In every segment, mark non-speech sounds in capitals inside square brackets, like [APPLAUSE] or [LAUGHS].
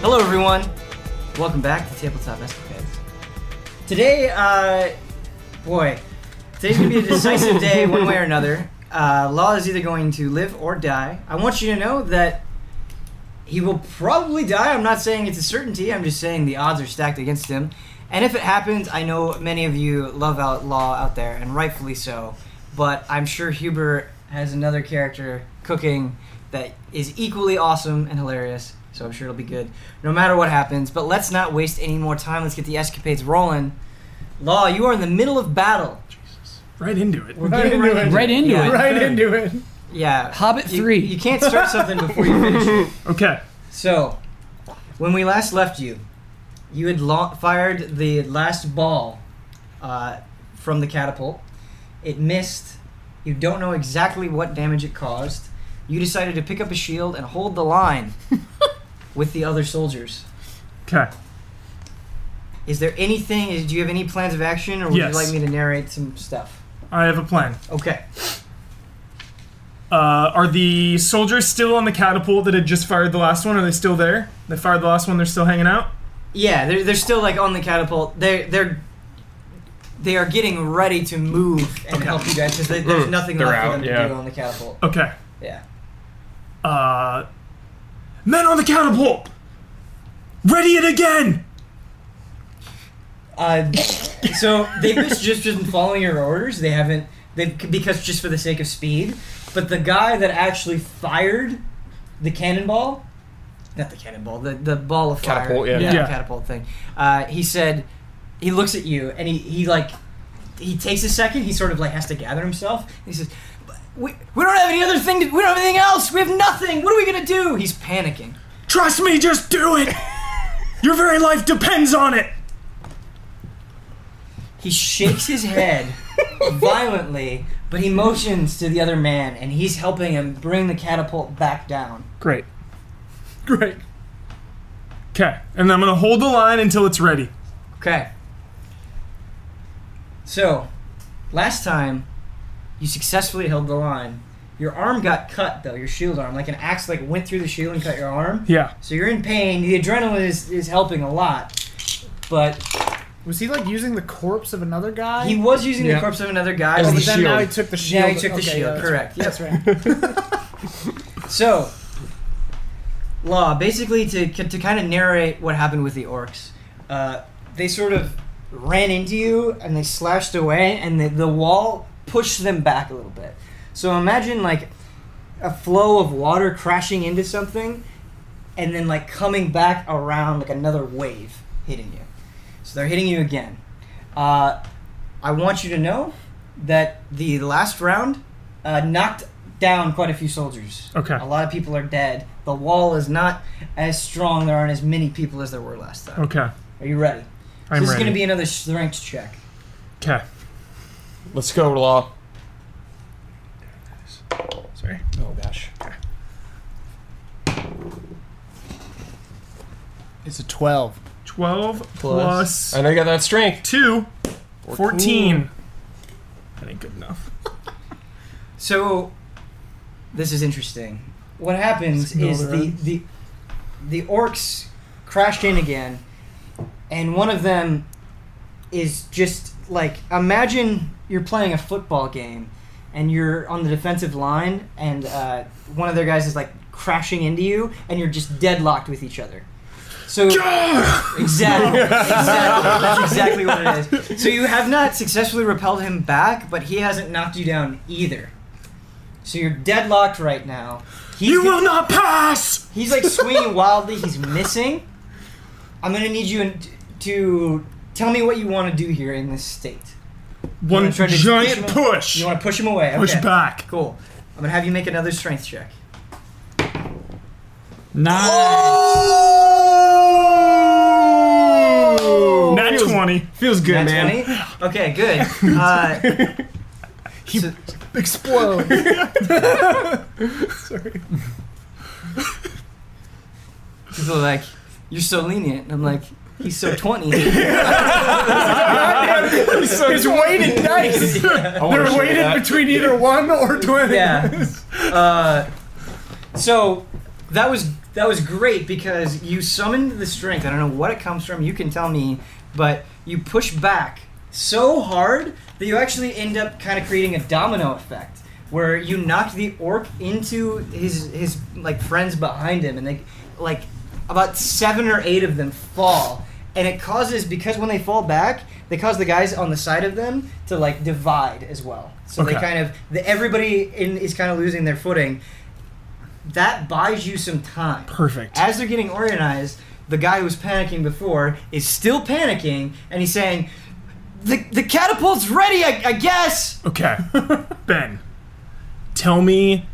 Hello, everyone. Welcome back to Tabletop Escapades. Today, uh, boy, today's gonna be a decisive day, one way or another. Uh, Law is either going to live or die. I want you to know that he will probably die. I'm not saying it's a certainty. I'm just saying the odds are stacked against him. And if it happens, I know many of you love out Law out there, and rightfully so. But I'm sure Huber has another character cooking that is equally awesome and hilarious. So I'm sure it'll be good, no matter what happens. But let's not waste any more time. Let's get the escapades rolling. Law, you are in the middle of battle. Right into it. We're right getting into, right it. into Right into Yeah. it. Right into it. Yeah. Hobbit You- three. You, can't start something before you finish it. Okay. So, when we last left you, you had lo- fired the last ball uh, from the catapult. It missed. You don't know exactly what damage it caused. You decided to pick up a shield and hold the [LAUGHS] line with the other soldiers. Okay. Is there anything? Is, do you have any plans of action, or would Yes. you like me to narrate some stuff? I have a plan. Okay. Uh, are the soldiers still on the catapult that had just fired the last one? Are they still there? They fired the last one. They're still hanging out. Yeah, they're, they're still like on the catapult. They're they're they are getting ready to move and Okay. help you guys because there's nothing Mm. they're left out, for them yeah. to do on the catapult. Okay. Yeah. Uh, men on the catapult. Ready it again. Uh, so they've just just been following your orders. They haven't they because just for the sake of speed. But the guy that actually fired the cannonball, not the cannonball, the the ball of fire, Catapult, yeah. Yeah. the catapult thing. Uh, he said he looks at you and he he like he takes a second. He sort of like has to gather himself. He says. "But We, we don't have any other thing. To, we don't have anything else. We have nothing. What are we gonna do? He's panicking. Trust me. Just do [LAUGHS] it. Your very life depends on it. He shakes his head violently, but he motions to the other man, and he's helping him bring the catapult back down. Great. Great. Okay. And I'm gonna hold the line until it's ready. Okay. So, last time, you successfully held the line. Your arm got cut, though, your shield arm. Like an axe like went through the shield and cut your arm. Yeah. So you're in pain. The adrenaline is, is helping a lot. But Was he like using the corpse of another guy? he was using the Yeah. corpse of another guy. Oh, but but he- then now he took the shield. Now he took the Okay, shield, yeah, correct. That's right. [LAUGHS] So, Law, basically to, to kind of narrate what happened with the orcs, uh, they sort of ran into you and they slashed away, and the, the wall pushed them back a little bit. So imagine like a flow of water crashing into something and then like coming back around like another wave hitting you. So they're hitting you again. Uh, I want you to know that the last round uh, knocked down quite a few soldiers. Okay. A lot of people are dead. The wall is not as strong. There aren't as many people as there were last time. Okay. Are you ready? I'm this is ready. going to be another strength check. okay. Let's go, Law. Sorry. Oh gosh. It's a 12. 12 plus, Plus. I know you got that strength. 2, 14. That ain't good enough. So, this is interesting. What happens Let's go is the, around. the the orcs crashed in again, and one of them is just like imagine you're playing a football game, and you're on the defensive line, and uh, one of their guys is like crashing into you, and you're just deadlocked with each other. So [LAUGHS] exactly, exactly, that's exactly what it is. So you have not successfully repelled him back, but he hasn't knocked you down either. So you're deadlocked right now. He's You gonna- will not pass! He's like [LAUGHS] swinging wildly. He's missing. I'm gonna need you in, to tell me what you want to do here in this state. One wanna try to giant push him- push. You want to push him away. Push okay. back. Cool. I'm gonna have you make another strength check. Nice. Oh! Nat 20. Oh, Feels good, Nat man. 20? Okay, good. [LAUGHS] Uh, so- [LAUGHS] Explode. people are like, "You're so lenient," and I'm like, "He's so [LAUGHS] 20." His weight [LAUGHS] in dice. They're weighted between either 1 or 20. yeah. Uh, so That was that was great because you summoned the strength. I don't know what it comes from. You can tell me, but you push back so hard that you actually end up kind of creating a domino effect where you knock the orc into his his like friends behind him, and they like about seven or eight of them fall, and it causes because when they fall back, they cause the guys on the side of them to like divide as well. So they Okay. kind of the, everybody in, is kind of losing their footing that buys you some time. [LAUGHS] Perfect. As they're getting organized, the guy who was panicking before is still panicking, and he's saying, "The the catapult's ready, I, I guess." Okay. [LAUGHS] ben, tell me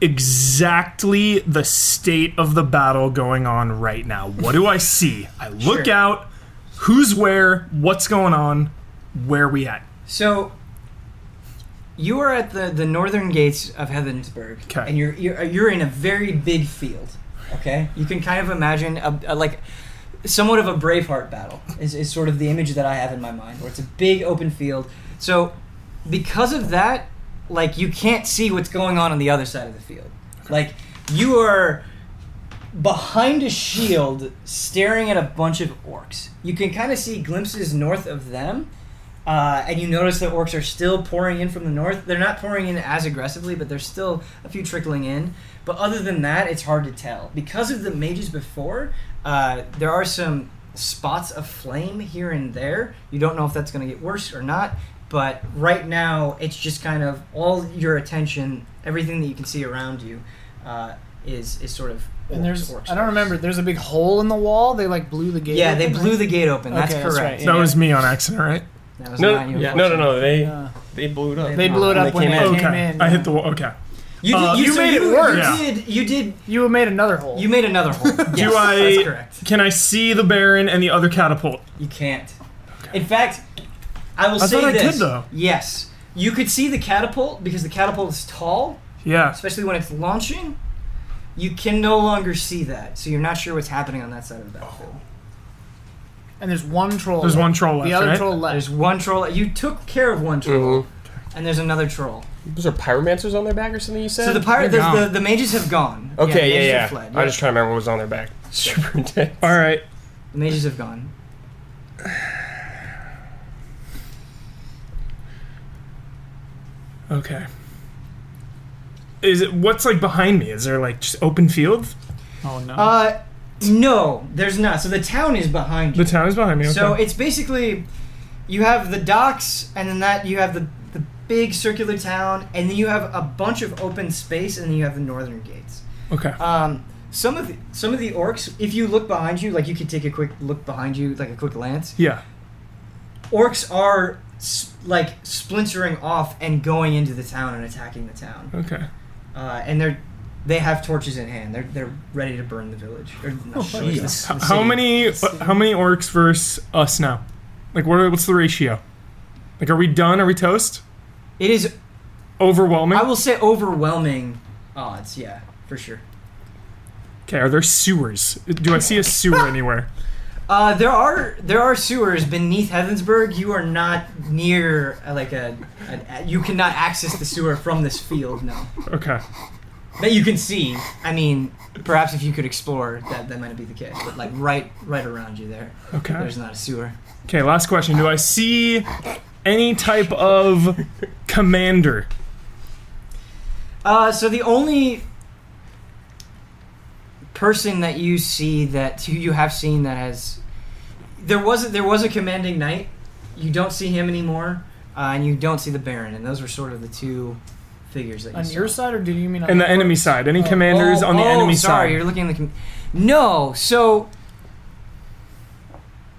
exactly the state of the battle going on right now. What do I see? I look Sure. out, who's where, what's going on, where we at? So you are at the, the northern gates of Heathensburg, 'Kay. and you're, you're you're in a very big field. Okay, you can kind of imagine a, a like somewhat of a Braveheart battle is, is sort of the image that I have in my mind, where it's a big open field. So because of that, like you can't see what's going on on the other side of the field. Like you are behind a shield, staring at a bunch of orcs. You can kind of see glimpses north of them, uh, and you notice the orcs are still pouring in from the north. They're not pouring in as aggressively, but there's still a few trickling in. But other than that, it's hard to tell. Because of the mages before, uh, there are some spots of flame here and there. You don't know if that's going to get worse or not. But right now, it's just kind of all your attention, everything that you can see around you, uh, is is sort of. And there's, orcs, I don't orcs. remember. There's a big hole in the wall. They like blew the gate. Yeah, they open, blew right? the gate open. That's Okay, that's correct. right, That was me on accident, right? That was No, not you, yeah, no, no, no. They Yeah. they blew it up. They blew it When up they when came they in. came okay. in. I yeah. hit the wall. Okay. You, did, Uh, you, you so made it you- worse. You Yeah. did. You did. You would have made another hole. You made another [LAUGHS] hole. Yes, I- That's correct. Can I see the Baron and the other catapult? You can't. In fact, I will I say thought I this. could, though. Yes, you could see the catapult because the catapult is tall, Yeah. especially when it's launching. You can no longer see that, so you're not sure what's happening on that side of the battlefield. Oh. and there's one troll. There's one troll left, The other right? troll left. There's one troll. You took care of one troll, Mhm. and there's another troll. Was there pyromancers on their back or something? You said. So the pirate, the, They're gone. the, the mages have gone. okay, the yeah, mages yeah. Have fled. I just trying to remember what was on their [LAUGHS] back. Super intense. All right. The mages have gone. Okay. Is it what's like behind me? Is there like just open field? oh no. Uh, no, there's not. So the town is behind you. The town is behind me. Okay. So it's basically you have the docks, and then that you have the the big circular town, and then you have a bunch of open space, and then you have the northern gates. okay. Um, some of the, some of the orcs, if you look behind you, like you could take a quick look behind you, like a quick glance. Yeah. Orcs are s- like splintering off and going into the town and attacking the town, Okay. uh, and they're. They have torches in hand. They're they're ready to burn the village. Or not the village, the s- the Oh, How city. many uh, city. how many orcs versus us now? Like what are, what's the ratio? Like are we done? Are we toast? It is Overwhelming. I will say overwhelming odds, yeah, for sure. okay. Are there sewers? Do I see [LAUGHS] a sewer anywhere? Uh, there are there are sewers beneath Heavensburg. You are not near uh, like a, a you cannot access the sewer from this field. No, Okay. that you can see. I mean, perhaps if you could explore, that that might be the case. But like right right around you there, Okay. there's not a sewer. Okay. Last question. Do I see any type of commander? Uh, so the only person that you see that who you have seen that has there was a, there was a commanding knight. You don't see him anymore, uh, and you don't see the Baron, and those were sort of the two figures that you on saw. your side, or did you mean on In the your- enemy side. Any Oh, commanders Oh, on the oh, enemy sorry, side? you're looking at the. Com- no, so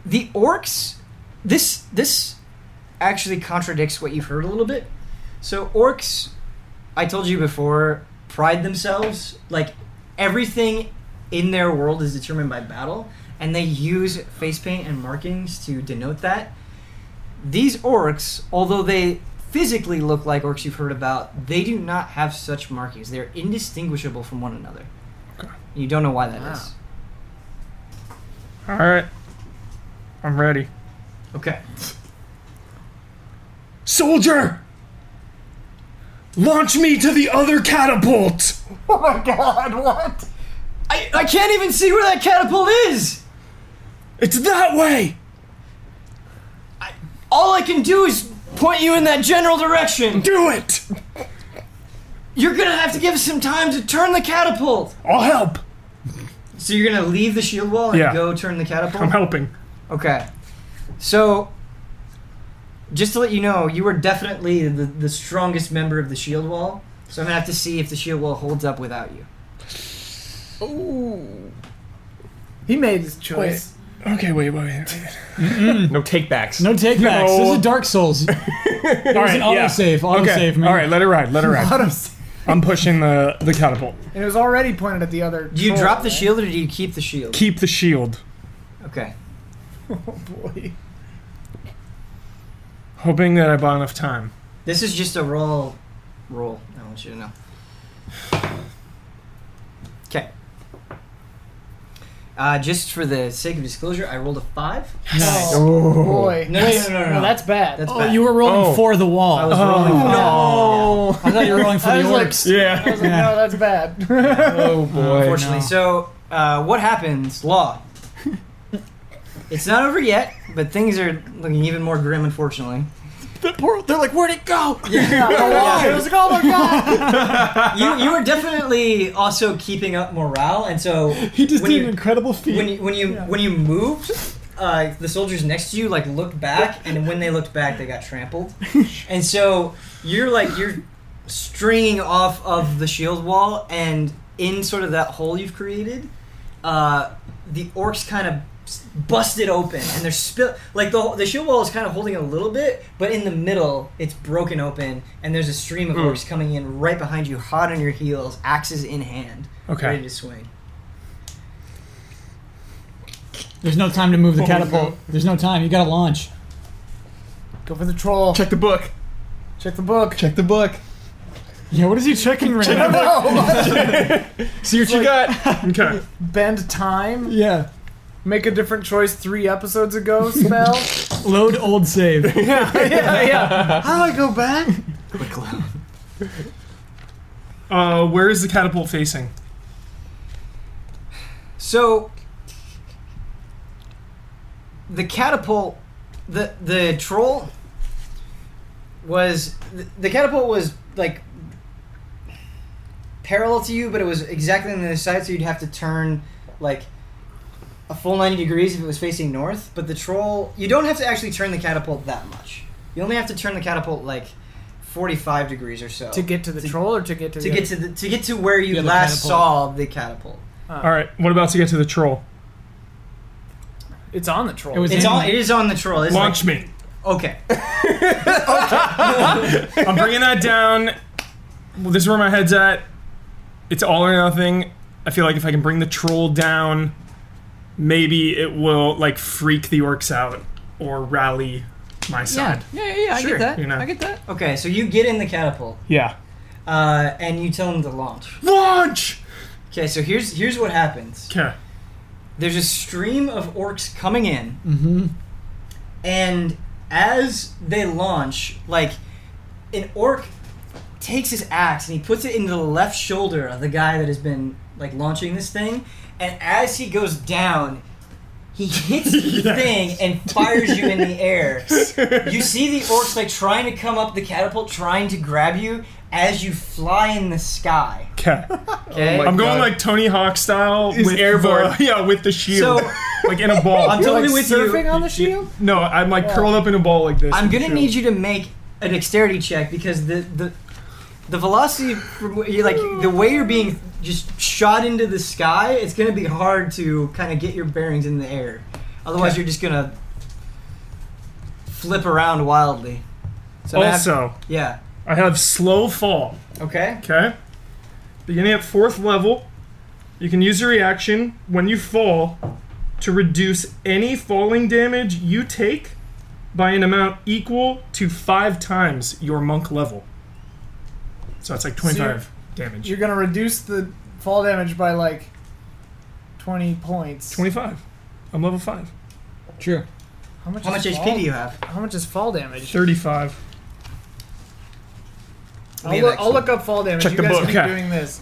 the orcs. This this actually contradicts what you've heard a little bit. So orcs, I told you before, pride themselves like everything in their world is determined by battle, and they use face paint and markings to denote that. These orcs, although they physically look like orcs you've heard about, they do not have such markings. They're indistinguishable from one another. Okay. You don't know why that is. Wow. All right. I'm ready. Okay. Soldier! Launch me to the other catapult! Oh my god! What? I, I can't even see where that catapult is. It's that way. All I can do is point you in that general direction. Do it. You're gonna have to give us some time to turn the catapult. I'll help. So you're gonna leave the shield wall and Yeah. go turn the I'm catapult. helping. Okay. So, just to let you know, you are definitely the, the strongest member of the shield wall. So I'm gonna have to see if the shield wall holds up without you. Ooh. He made his choice. Okay, wait, [LAUGHS] wait, wait. No takebacks. No take backs. No. This is Dark [LAUGHS] [LAUGHS] Souls. All right, an auto yeah. save, auto okay. save, man. All right, let it ride. Let it ride. I'm pushing the the catapult. And it was already pointed at the other. Do you troll, drop the right? shield or do you keep the shield? Keep the shield, Okay. Oh boy. hoping that I bought enough time. This is just a roll. Roll. I want you to know. Okay. Uh, just for the sake of disclosure, I rolled a five. Oh boy. No, no, no, no, no, no. that's bad. That's Oh, bad. you were rolling Oh. for the wall. I was rolling. Oh, five. Yeah. no. I thought you were [LAUGHS] rolling for I the was like- orcs. I Yeah. was like, Yeah. no, that's bad. Oh [LAUGHS] boy. Unfortunately, so uh, what happens, Law? it's not over yet, but things are looking even more grim. Unfortunately, They're like, where'd it go? [LAUGHS] [LAUGHS] I was like, oh my [LAUGHS] god. you you are definitely also keeping up morale, and so He just when did you- an incredible feat. when you when you when you moved, uh, the soldiers next to you like looked back, and when they looked back, they got trampled. and so you're like you're stringing off of the shield wall, and in sort of that hole you've created, uh, the orcs kind of busted open, and they're spill like the the shield wall is kind of holding a little bit, but in the middle it's broken open, and there's a stream of orcs coming in right behind you, hot on your heels, axes in hand, Okay. ready to swing. There's no time to move the Oh, catapult. no. There's no time. You gotta launch. Go for the troll. Check the book. Check the book. Check the book. Yeah, what is he checking right now? See what you got. Okay. [LAUGHS] Bend time. [LAUGHS] Yeah. Make a different choice three episodes ago. Spell. Load old save. yeah, yeah. How do I go back? Uh, where is the catapult facing? So the catapult, the the troll was the, the catapult was like parallel to you, but it was exactly on the other side, so you'd have to turn like a full ninety degrees if it was facing north. But the troll, you don't have to actually turn the catapult that much. You only have to turn the catapult like forty-five degrees or so To get to the troll or to get to to the get to the, to get to where you Yeah, the last catapult. saw the catapult. All right. What about to get to the troll? It's on the troll. It was- It's all it is on the troll. It's like- Launch me. Okay. I'm bringing that down. Well, this is where my head's at. It's all or nothing. I feel like if I can bring the troll down, maybe it will like freak the orcs out or rally my side. yeah, yeah. Sure, that. you know. that. Okay, so you get in the catapult Yeah. uh, and you tell him to launch. Launch. Okay, so here's here's what happens. Okay. There's a stream of orcs coming in, mm-hmm. and as they launch, like an orc takes his axe and he puts it into the left shoulder of the guy that has been like launching this thing, and as he goes down. He hits the thing and fires you in the air. You see the orcs like trying to come up the catapult, trying to grab you as you fly in the sky. Okay. Okay, I'm going God. like Tony Hawk style He's with airborne. the- [LAUGHS] yeah, with the shield, So- [LAUGHS] like in a ball. I'm You're, totally like, with you. surfing on the shield. no, I'm like curled up in a ball like this. I'm with the gonna shield. need you to make a dexterity check because the the the velocity, from where you like the way you're being just shot into the sky, it's gonna be hard to kind of get your bearings in the air. Otherwise, you're just gonna flip around wildly. So I have- Also, yeah. I have slow fall. Okay. Okay. Beginning at fourth level, you can use your reaction when you fall to reduce any falling damage you take by an amount equal to five times your monk level. So that's like 25 damage. You're gonna reduce the fall damage by like twenty points. 25. I'm level 5. True. How much? How is much HP fall- do you have? How much is fall damage? 35. I'll, We have look, I'll excellent. look up fall damage. Check you the guys book. keep Okay. doing this.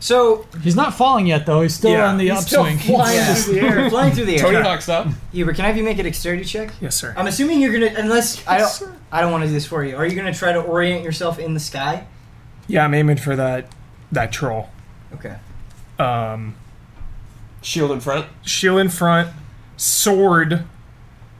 So He's not falling yet, though. He's still Yeah, on the He's still upswing. flying Yeah. through [LAUGHS] the air. flying through the air. Tony Hawk's up. Huber, can I have you make a dexterity check? Yes, sir. I'm assuming you're gonna unless I Yes, don't I don't want to do this for you. Are you gonna try to orient yourself in the sky? Yeah, I'm aiming for that that troll. Okay. Um, Shield in front. shield in front, sword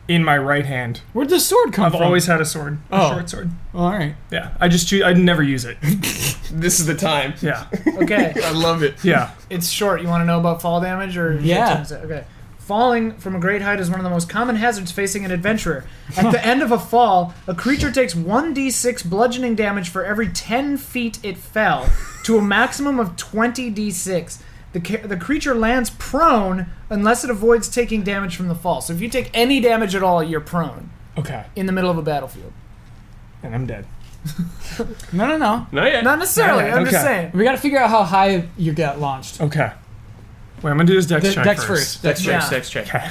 in my right hand. Where'd the sword come I've from? always had a sword, a Oh. short sword. All right. Yeah, I just choose. I'd never use it. [LAUGHS] This is the time. Yeah, Okay. I love it. yeah. It's short. You want to know about fall damage or Yeah. short terms? Okay. Falling from a great height is one of the most common hazards facing an adventurer. At the end of a fall, a creature takes 1d6 bludgeoning damage for every 10 feet it fell, to a maximum of 20d6. The, ca- the creature lands prone unless it avoids taking damage from the fall. So if you take any damage at all, you're prone Okay, in the middle of a battlefield. and I'm dead. No, no, no. Not yet. Not necessarily, I'm just Okay. saying. We got to figure out how high you got launched. Okay. Wait, I'm gonna do this dex De- Oh, check dex first. first. Dex check. Yeah. Dex check. Okay.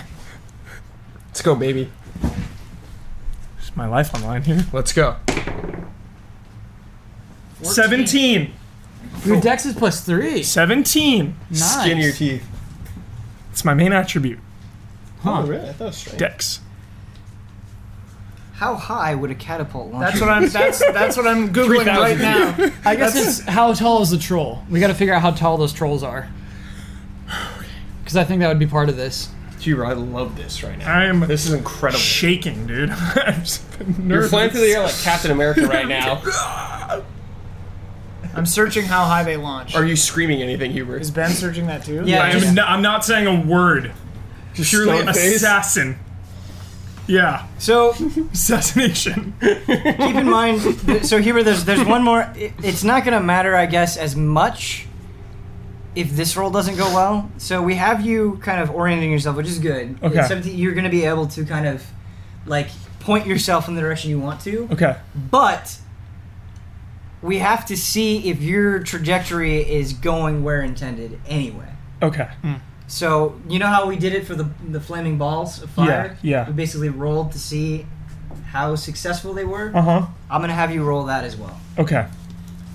Let's go, baby. Is my life online here. Let's go. 17. Your dex is plus three. 17. Nice. Skin your teeth. Oh, It's my main attribute. Huh. really? I thought it was straight. Dex. How high would a catapult launch? That's what I'm that's that's what I'm googling right now. I guess it's how tall is the troll? We got to figure out how tall those trolls are. Because I think that would be part of this. Huber, I love this right now. I'm This is incredible. shaking, dude. [LAUGHS] I'm just You're flying through the nervous. air like Captain America right now. I'm searching how high they launch. Are you screaming anything, Huber? Is Ben searching that too? Yeah, I am no, I'm not saying a word. Just Purely stone face? assassin. Yeah, [LAUGHS] so assassination. keep in mind. th- So Huber, there's there's one more. It, it's not gonna matter, I guess, as much if this roll doesn't go well. So we have you kind of orienting yourself, which is good. It's Okay. something- you're gonna be able to kind of like point yourself in the direction you want to. Okay. But we have to see if your trajectory is going where intended anyway. Okay. So you know how we did it for the the flaming balls of fire? Yeah, yeah. We basically rolled to see how successful they were. Uh Uh-huh. huh. I'm gonna have you roll that as well. Okay.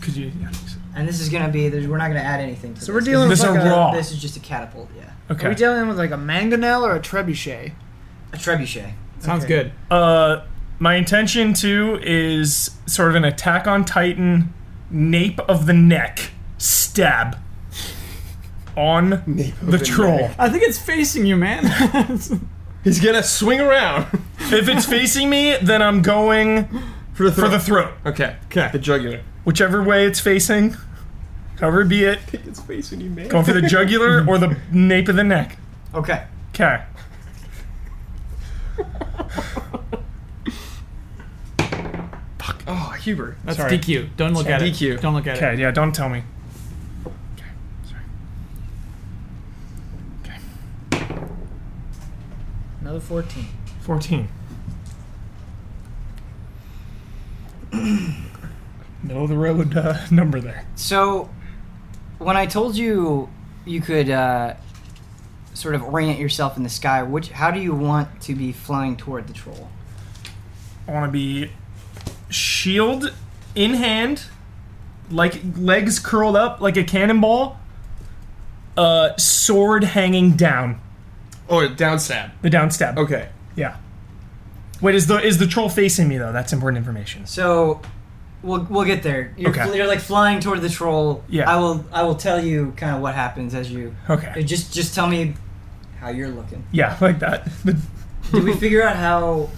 Could you? Yeah. And this is gonna be there's, we're not gonna add anything to So this. we're dealing These with are like a, raw. This is just a catapult, yeah. Are we Okay. dealing with like a mangonel or a trebuchet? A trebuchet. Sounds Okay. good. Uh, my intention too is sort of an attack on Titan, nape of the neck, stab. On Nape of the troll. I think it's facing you, man. [LAUGHS] He's gonna swing around [LAUGHS] if it's facing me, then I'm going for the for the throat. okay. Okay. The jugular. Whichever way it's facing, however be it, It's facing you, man. going for the jugular or the nape of the neck. Okay. Okay. Oh, Huber. That's Sorry. DQ. Don't look at it. DQ. Don't look at it. Okay. Yeah. Don't tell me. Another 14. [CLEARS THROAT] Fourteen. Middle of the road uh, [LAUGHS] number there. So, when I told you you could uh, sort of orient yourself in the sky, which how do you want to be flying toward the troll? I want to be shield in hand, like legs curled up like a cannonball, uh, sword hanging down Or Oh, down stab. the down stab. Okay. Yeah. Wait, is the is the troll facing me though? That's important information. So, we'll we'll get there. You're, Okay. you're like flying toward the troll. Yeah. I will I will tell you kind of what happens as you uh, Okay. just just tell me how you're [LAUGHS] looking. Yeah, like that. The- Did we figure out how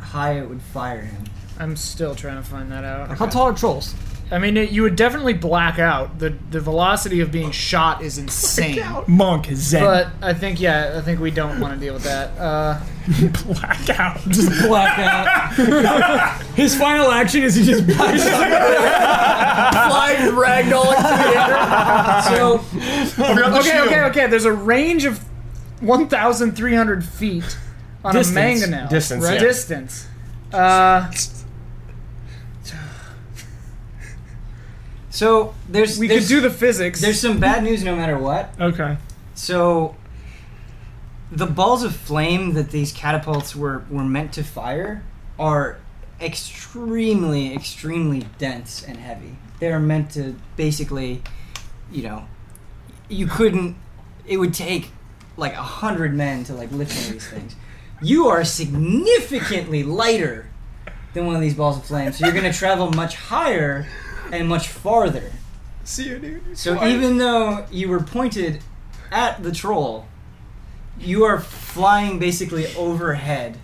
high it would fire him? I'm still trying to find that out. How tall are trolls? I mean, it, you would definitely black out. The the velocity of being shot is insane. monk is zen But I think yeah, I think we don't want to deal with that. Uh, [LAUGHS] blackout. [LAUGHS] Blackout. [LAUGHS] His final action is he just [LAUGHS] buys flying ragdolling. So okay, okay, okay. There's a range of 1,300 feet on Distance. a mangonel. Distance, right? yeah. Distance. Uh, so there's we there's, could do the physics. there's some bad news no matter what. Okay. So the balls of flame that these catapults were were meant to fire are extremely extremely dense and heavy. They are meant to basically, you know, you couldn't. It would take like a hundred men to like lift one of these things. You are significantly lighter than one of these balls of flame, so you're going to travel much higher and much farther. See you, dude. So even though you were pointed at the troll, you are flying basically overhead.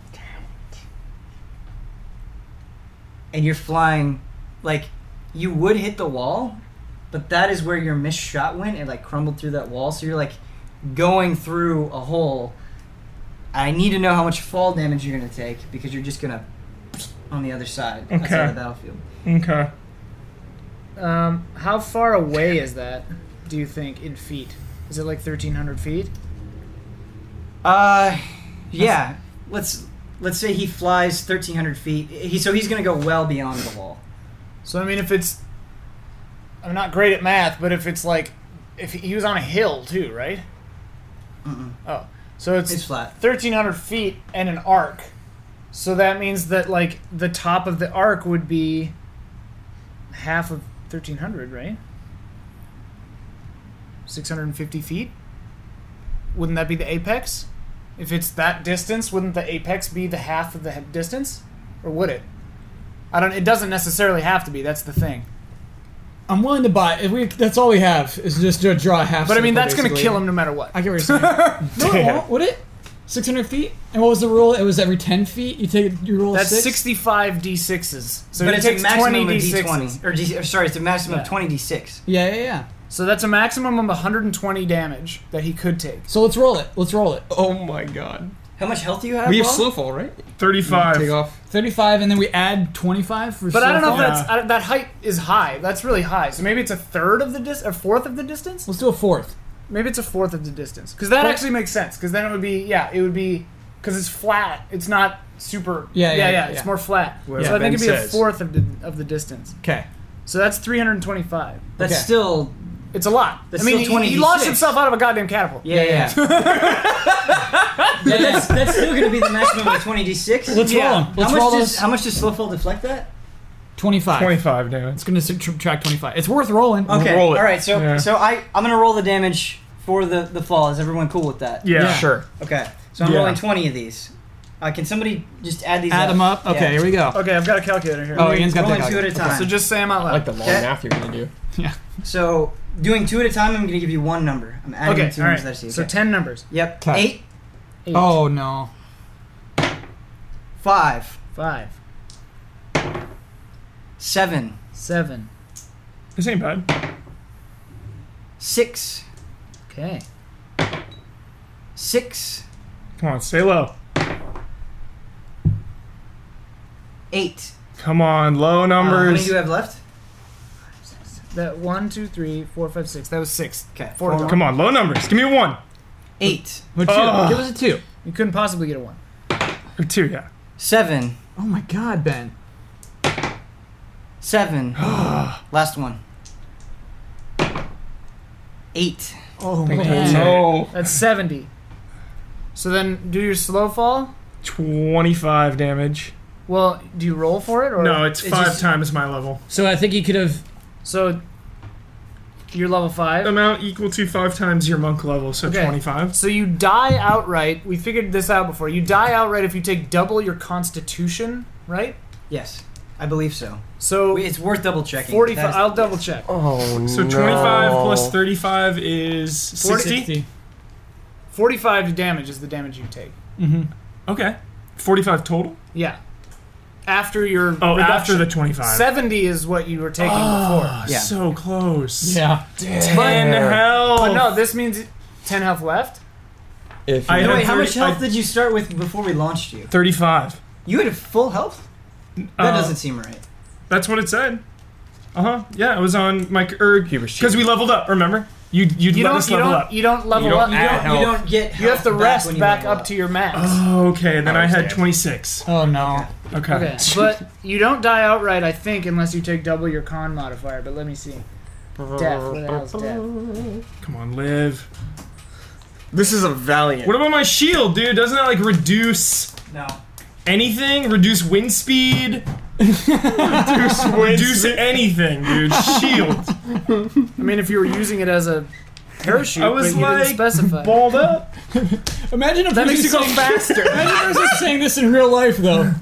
And you're flying like you would hit the wall, but that is where your missed shot went. It like crumbled through that wall, so you're like going through a hole. I need to know how much fall damage you're gonna take because you're just gonna on the other side outside Okay. of the battlefield. Okay. Um, how far away is that? Do you think in feet? Is it like thirteen hundred feet? Uh, yeah. Let's let's say he flies thirteen hundred feet. He so he's gonna go well beyond the wall. So I mean, if it's, I'm not great at math, but if it's like, if he he was on a hill too, right? Mm-mm. Oh, so it's, It's flat. thirteen hundred feet and an arc. So that means that like the top of the arc would be half of thirteen hundred, right? Six hundred and fifty feet. Wouldn't that be the apex? If it's that distance, wouldn't the apex be the half of the he- distance, or would it? I don't. It doesn't necessarily have to be. That's the thing. I'm willing to buy. If we, that's all we have is just to draw a half. But I mean, circle, that's going to basically. kill him no matter what. I [LAUGHS] get what you're saying. no, it won't, would it? 600 feet. And what was the rule? It was every 10 feet. You take you roll a That's six. 65 d6s. So But he it's takes a maximum 20 of d6s. D twenty or, D, or sorry, it's a maximum Yeah. of twenty D six. Yeah, yeah, yeah. So that's a maximum of 120 damage that he could take. So let's roll it. Let's roll it. Oh my god. How much health do you have? We have Will? slow fall, right? 35. Take off. 35, and then we add 25 for. But I don't know if snowfall. that's I, that height is high. That's really high. So maybe it's a third of the dis, a fourth of the distance. Let's do a fourth. Maybe it's a fourth of the distance. Because that Well- actually makes sense. Because then it would be yeah, it would be because it's flat. It's not super. Yeah, yeah, yeah. yeah, It's yeah. more flat. Whatever so I Ben think it'd be says. a fourth of the of the distance. Okay. So that's 325. That's Okay. still It's a lot. That's I mean, still he- he, launched 20d6. himself out of a goddamn catapult. yeah yeah. [LAUGHS] Yeah, that's, that's still gonna be the maximum of twenty D six. Let's Yeah. roll 'em. Let's how roll much does those. how much does slow fall deflect that? 25. 25 damage. It's going to subtract 25. It's worth rolling. Okay. roll it. All right. So Yeah. so I I'm gonna roll the damage for the the fall. Is everyone cool with that? Yeah. Yeah. Sure. Okay. So I'm Yeah. rolling twenty of these. Uh, can somebody just add these? Add them up. Okay, Yeah. here we go. Okay, I've got a calculator here. Oh, Ian's got rolling that. two at a guy. time. So just say I'm out I loud. like the long That- math you're gonna do. So doing two at a time, I'm going to give you one number. I'm adding okay, two all numbers right. that I see. So Okay. ten numbers. yep. Okay. Eight, Eight, Oh no. five, five, seven, seven. This ain't bad. six, Okay. six, Come on, stay low. eight. Come on, low Uh, how many numbers. do you have left? That one, two, three, four, five, six. That was six. Okay. Four to go. Come on, low numbers. Give me a one. Eight, But two. Ugh. Give us a two. You couldn't possibly get a one. Or two, yeah. seven, Oh my God, Ben. [GASPS] seven. Last one. Eight. Oh man. No. That's seventy. So then, do your slow fall. 25 damage. Well, do you roll for it or No, it's It's five just- times my level. So I think he could have. So you're level five. Amount equal to five times your monk level, so Okay. 25. so you die outright. We figured this out before. You die outright if you take double your constitution, right? Yes, I believe so. So It's worth double checking. forty-five. That is- I'll double check. Oh So 25 plus 35 is 60. 60. Forty-five to damage is the damage you take. Okay. 45 total? Yeah. After your Oh, reduction. after the 25. 70 is what you were taking Oh, Yeah. so close. Yeah. 10 health. before. But no, this means 10 health left. If I you- know- Wait, how much I- health did you start with before we launched you? 35. You had a full health? That Uh, doesn't seem right. That's what it said. Uh huh. Yeah, it was on my er Puber's because we leveled up. Remember, you you You let don't, us you level don't, up. you don't level don't up. You, add don't, health. You don't get. you have to health rest when back, you level up, to your max. [SIGHS] Oh, okay, then I was had dead. twenty six. Oh no. Okay. Okay, but you don't die outright, I think, unless you take double your con modifier. But let me see. Death. Where the hell's death? Come on, live. This is a valiant. What about my shield, dude? Doesn't that like reduce No. anything? Reduce wind speed? reduce anything, dude. Shield. I mean, if you were using it as a parachute, I was but you like, didn't specify. balled up. Imagine a that person makes you go saying- faster. [LAUGHS] Imagine a person saying this in real life, though.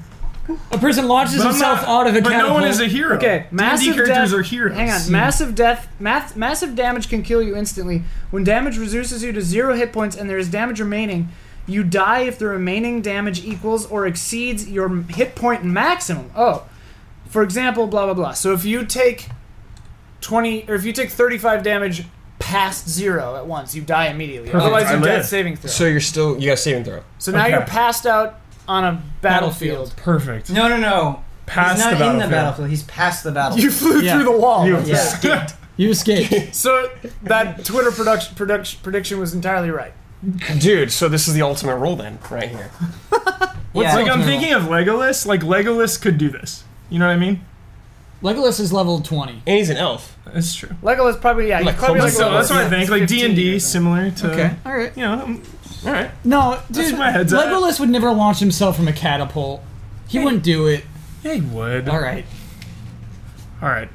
A person launches But I'm himself not- out of a but catapult. no one is a hero. Okay, massive D&D characters death- are heroes. Hang on, massive death, math, massive damage can kill you instantly. When damage reduces you to zero hit points and there is damage remaining, you die if the remaining damage equals or exceeds your m- hit point maximum. Oh, for example, blah blah blah. So if you take twenty, or if you take thirty-five damage past zero at once, you die immediately. Otherwise, I you're live. death saving throw. So you're still you got saving throw. So now Okay. you're passed out on a battlefield. Battlefield. Perfect. No, no, no. Past he's not the in the battlefield. battlefield. He's past the You battlefield. flew [LAUGHS] Yeah. through the wall. You Yeah. escaped. You [LAUGHS] escaped. So that Twitter production, production prediction was entirely right. Dude, so this is the ultimate roll then, right here. yeah. Like I'm Ultimate thinking of Legolas. Like Legolas could do this. You know what I mean? Legolas is level 20. And he's an elf. That's true. Legolas probably yeah. he's Like, probably Legolas. Like, so that's what I yeah, think. Like 15 D and D, years old. similar to. All right. You know. um, All right. No, dude. where my head's at. Legolas would never launch himself from a catapult. He wouldn't do it. Yeah, you would. All right. All right.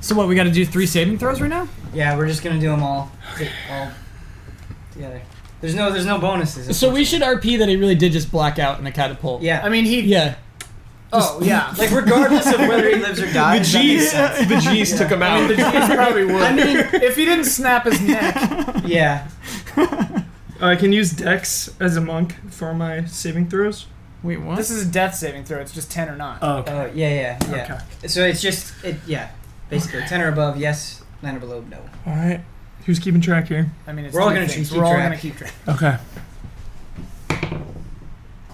So what? We got to do three saving throws right now. yeah, we're just gonna do them all, all together. There's no, there's no bonuses. So we should RP that he really did just black out in a catapult. yeah. I mean, he. Yeah. Oh [LAUGHS] [LAUGHS] yeah. like regardless of whether he lives or dies, that makes sense. [LAUGHS] the G's took him out. probably would. [LAUGHS] I mean, if he didn't snap [LAUGHS] his neck, yeah. I can use Dex as a monk for my saving throws. Wait, what? this is a death saving throw. It's just ten or not. Oh, okay. Oh, yeah, yeah, yeah. So it's just, it, yeah, basically ten or above, yes. Nine or below, no. All right. Who's keeping track here? I mean, it's We're all two gonna things. keep We're all track. gonna keep track. Okay.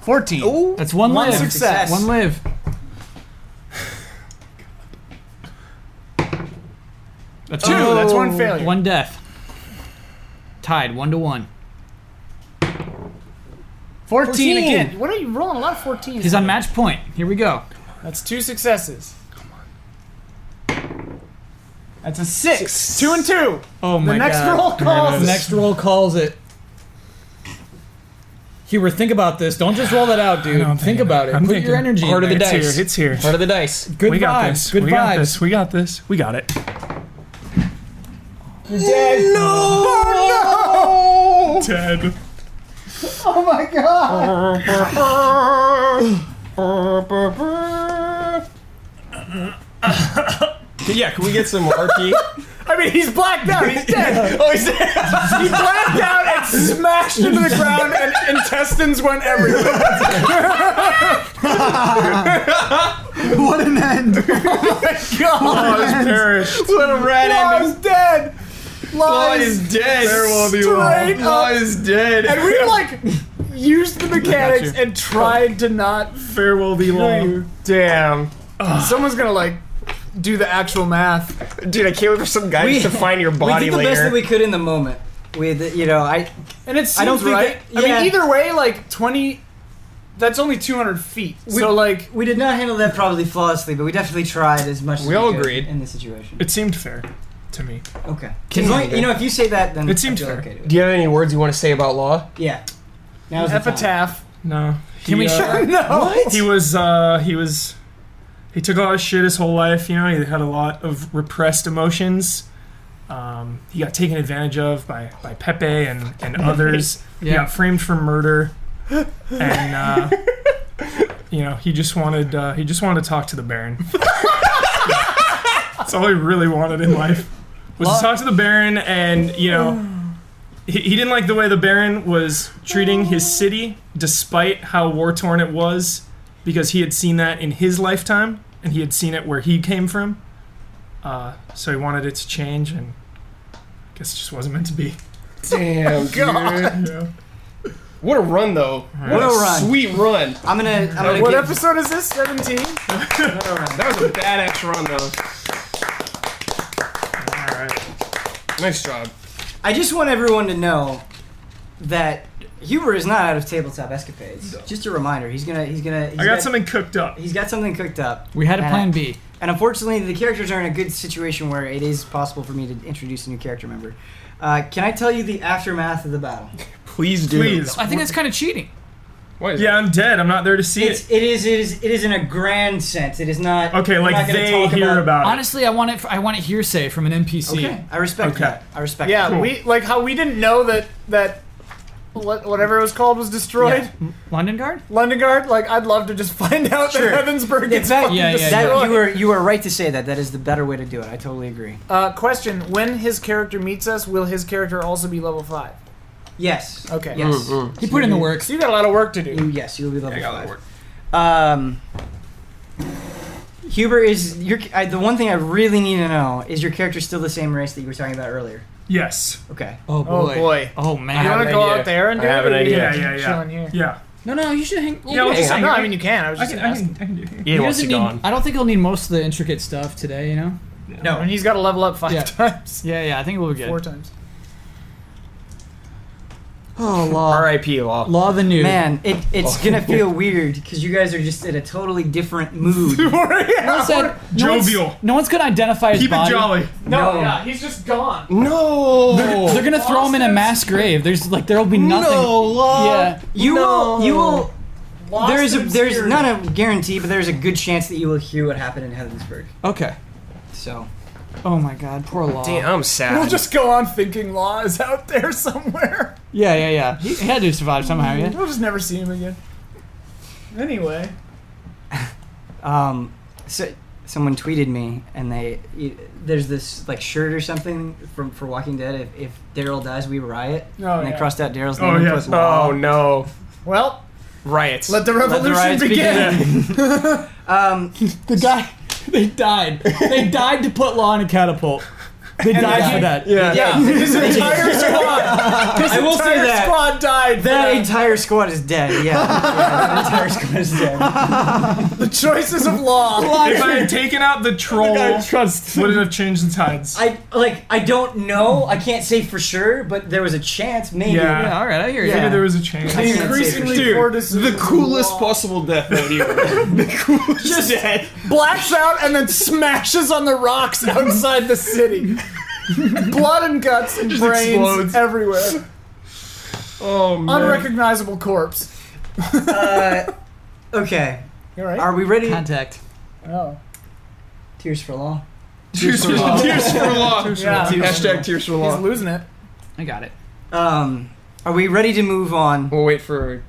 Fourteen. That's one, One live. success. One live. A two. Two. that's one failure. Oh, One death. Tied one to one. 14, 14. again. What are you rolling? A lot of fourteens. He's on match point. Here we go. That's two successes. Come on. That's a six. Two and two. Oh The next roll calls. The next roll calls it. Huber, think about this. Don't just roll that out, dude. I'm Think thinking about it. I'm Put thinking your energy. Part of in the there. It's dice. here. It's here. Part of the dice. Good we vibes. got this. Good we vibes. got this. We got this. We got it. You're dead. Ted. Oh my god. yeah, can we get some RP? I mean, he's blacked out. He's dead. [LAUGHS] oh, he's He blacked out and smashed into the ground, and intestines went everywhere. What an end! God, He's perished. what a red Law's dead. Law Law is dead. Farewell, be Straight well. up. Law is dead. And [LAUGHS] we like used the mechanics and tried to not Farewell, [LAUGHS] be long. [LAUGHS] Damn. Someone's gonna like do the actual math. Dude, I can't wait for some guy We- to find your We body did the later. best that we could in the moment. With you know, I And it seems I don't think right. that- I yeah. mean, either way, like twenty. That's only two hundred feet. so We- like, we did not handle that probably flawlessly, but we definitely tried as much. as We all could agreed. in this situation. It seemed fair to me. Okay, Can As you- long- you know if you say that, then It seems I feel fair. okay to it. Do you have any words you want to say about Law? Yeah. Now's the time. epitaph. No. Can we He, uh, shut No. He was. uh He was. He took a lot of shit his whole life. You know, he had a lot of repressed emotions. Um, he got taken advantage of by by Pepe and and others. He Yeah. got framed for murder, and uh, you know he just wanted uh, he just wanted to talk to the Baron. That's all he really wanted in life was to talk to the Baron, and you know he, he didn't like the way the Baron was treating his city, despite how war torn it was, because he had seen that in his lifetime, and he had seen it where he came from. Uh, so he wanted it to change, and I guess it just wasn't meant to be. Damn, [LAUGHS] God. Yeah. What a run, though. What What a a run. sweet run. I'm gonna. I'm gonna. What give- episode is this? [LAUGHS] Seventeen. That was a badass run, though. All right. Nice job. I just want everyone to know that Huber is not out of tabletop escapades. Just a reminder, he's gonna. He's gonna. He's I got something cooked up. He's got something cooked up. We had a Uh, plan B. And unfortunately, the characters are in a good situation where it is possible for me to introduce a new character member. Uh, can I tell you the aftermath of the battle? Please do. Please. I think that's kind of cheating. What is Yeah, I'm dead. I'm not there to see It's, it it. is it is it is in a grand sense. It is not Okay, we're not like gonna they talk hear about, it. Honestly, I want it. I want it hearsay from an NPC. Okay, I respect Okay. that. I respect. Yeah, that. we like how we didn't know that that what, whatever it was called was destroyed. Yeah. London guard. London Guard. Like I'd love to just [LAUGHS] find out Sure. that Heavensburg In is fact, fucking Yeah, yeah, yeah. destroyed. That, you were you were right to say that. That is the better way to do it. I totally agree. Uh, question: When his character meets us, will his character also be level five? Yes. Okay. Yes. Mm, He put in the works. So you got a lot of work to do. You, yes, you'll be level I got that five. work. Um, Huber is your. I, the one thing I really need to know is your character still the same race that you were talking about earlier? yes. Okay. Oh Oh boy. Oh You man. want to an go idea. out there and I do have it? an or you idea. Yeah, just yeah, yeah. Chilling here. Yeah, No, no. You should hang. Yeah, we'll just Yeah, hang no, out. I mean you can. I was I just can, I asking. can, I can do [LAUGHS] it. He Ian wants to doesn't need, go on. I don't think he'll need most of the intricate stuff today. You know. No. I mean, he's got to level up five Yeah. times, [LAUGHS] Yeah, yeah. I think we'll be four good. times. Oh, law. R.I.P. Law. Law of the new Man, it, it's Oh. gonna feel [LAUGHS] weird because you guys are just in a totally different mood. No one said, no one's- Jovial. No one's gonna identify his Keep it body. jolly. No, No. yeah, he's just gone. [LAUGHS] No. They're gonna throw him in a mass grave. There's like there'll be nothing. No. Law. Yeah. You will. You will. Lost There is a in there's spirit. not a guarantee, but there's a good chance that you will hear what happened in Heavensburg. Okay. So Oh my God, poor Law. Damn, I'm sad. We'll just go on thinking Law is out there somewhere. Yeah, yeah, yeah. He, he had to survive somehow. Yeah. We'll just never see him again. Anyway, um, so someone tweeted me, and they you, there's this like shirt or something from for Walking Dead. If, if Daryl dies, we riot. Oh, and they yeah. crossed out Daryl's Oh, name. and yeah. put Law. oh no. well, Riots. let the Let revolution the riots begin. begin. um, The guy, they died. They died to put Law in a catapult. They died for that. yeah. Yeah, his entire squad, I will say entire that squad died. that That entire squad is dead. Yeah, yeah that entire squad is dead. the choices of Law. If I had taken out the troll, trust. would it have changed the tides? I like I don't know. I can't say for sure, but there was a chance. Maybe. Yeah. Yeah. All right. I hear you. Yeah. Maybe there was a change. I can't Increasingly say for sure. poor decisions the of coolest Law. possible death note here. the coolest. Just dead. [LAUGHS] blacks out and then smashes on the rocks outside the city. Blood and guts and brains explodes. everywhere. [LAUGHS] Oh man. Unrecognizable corpse. Uh, okay. You alright? Are we ready? Contact. Oh. Tears for Law. Tears for law. Tears for law. Yeah. Hashtag tears for He's law. losing it. I got it. Um, are we ready to move on? We'll wait for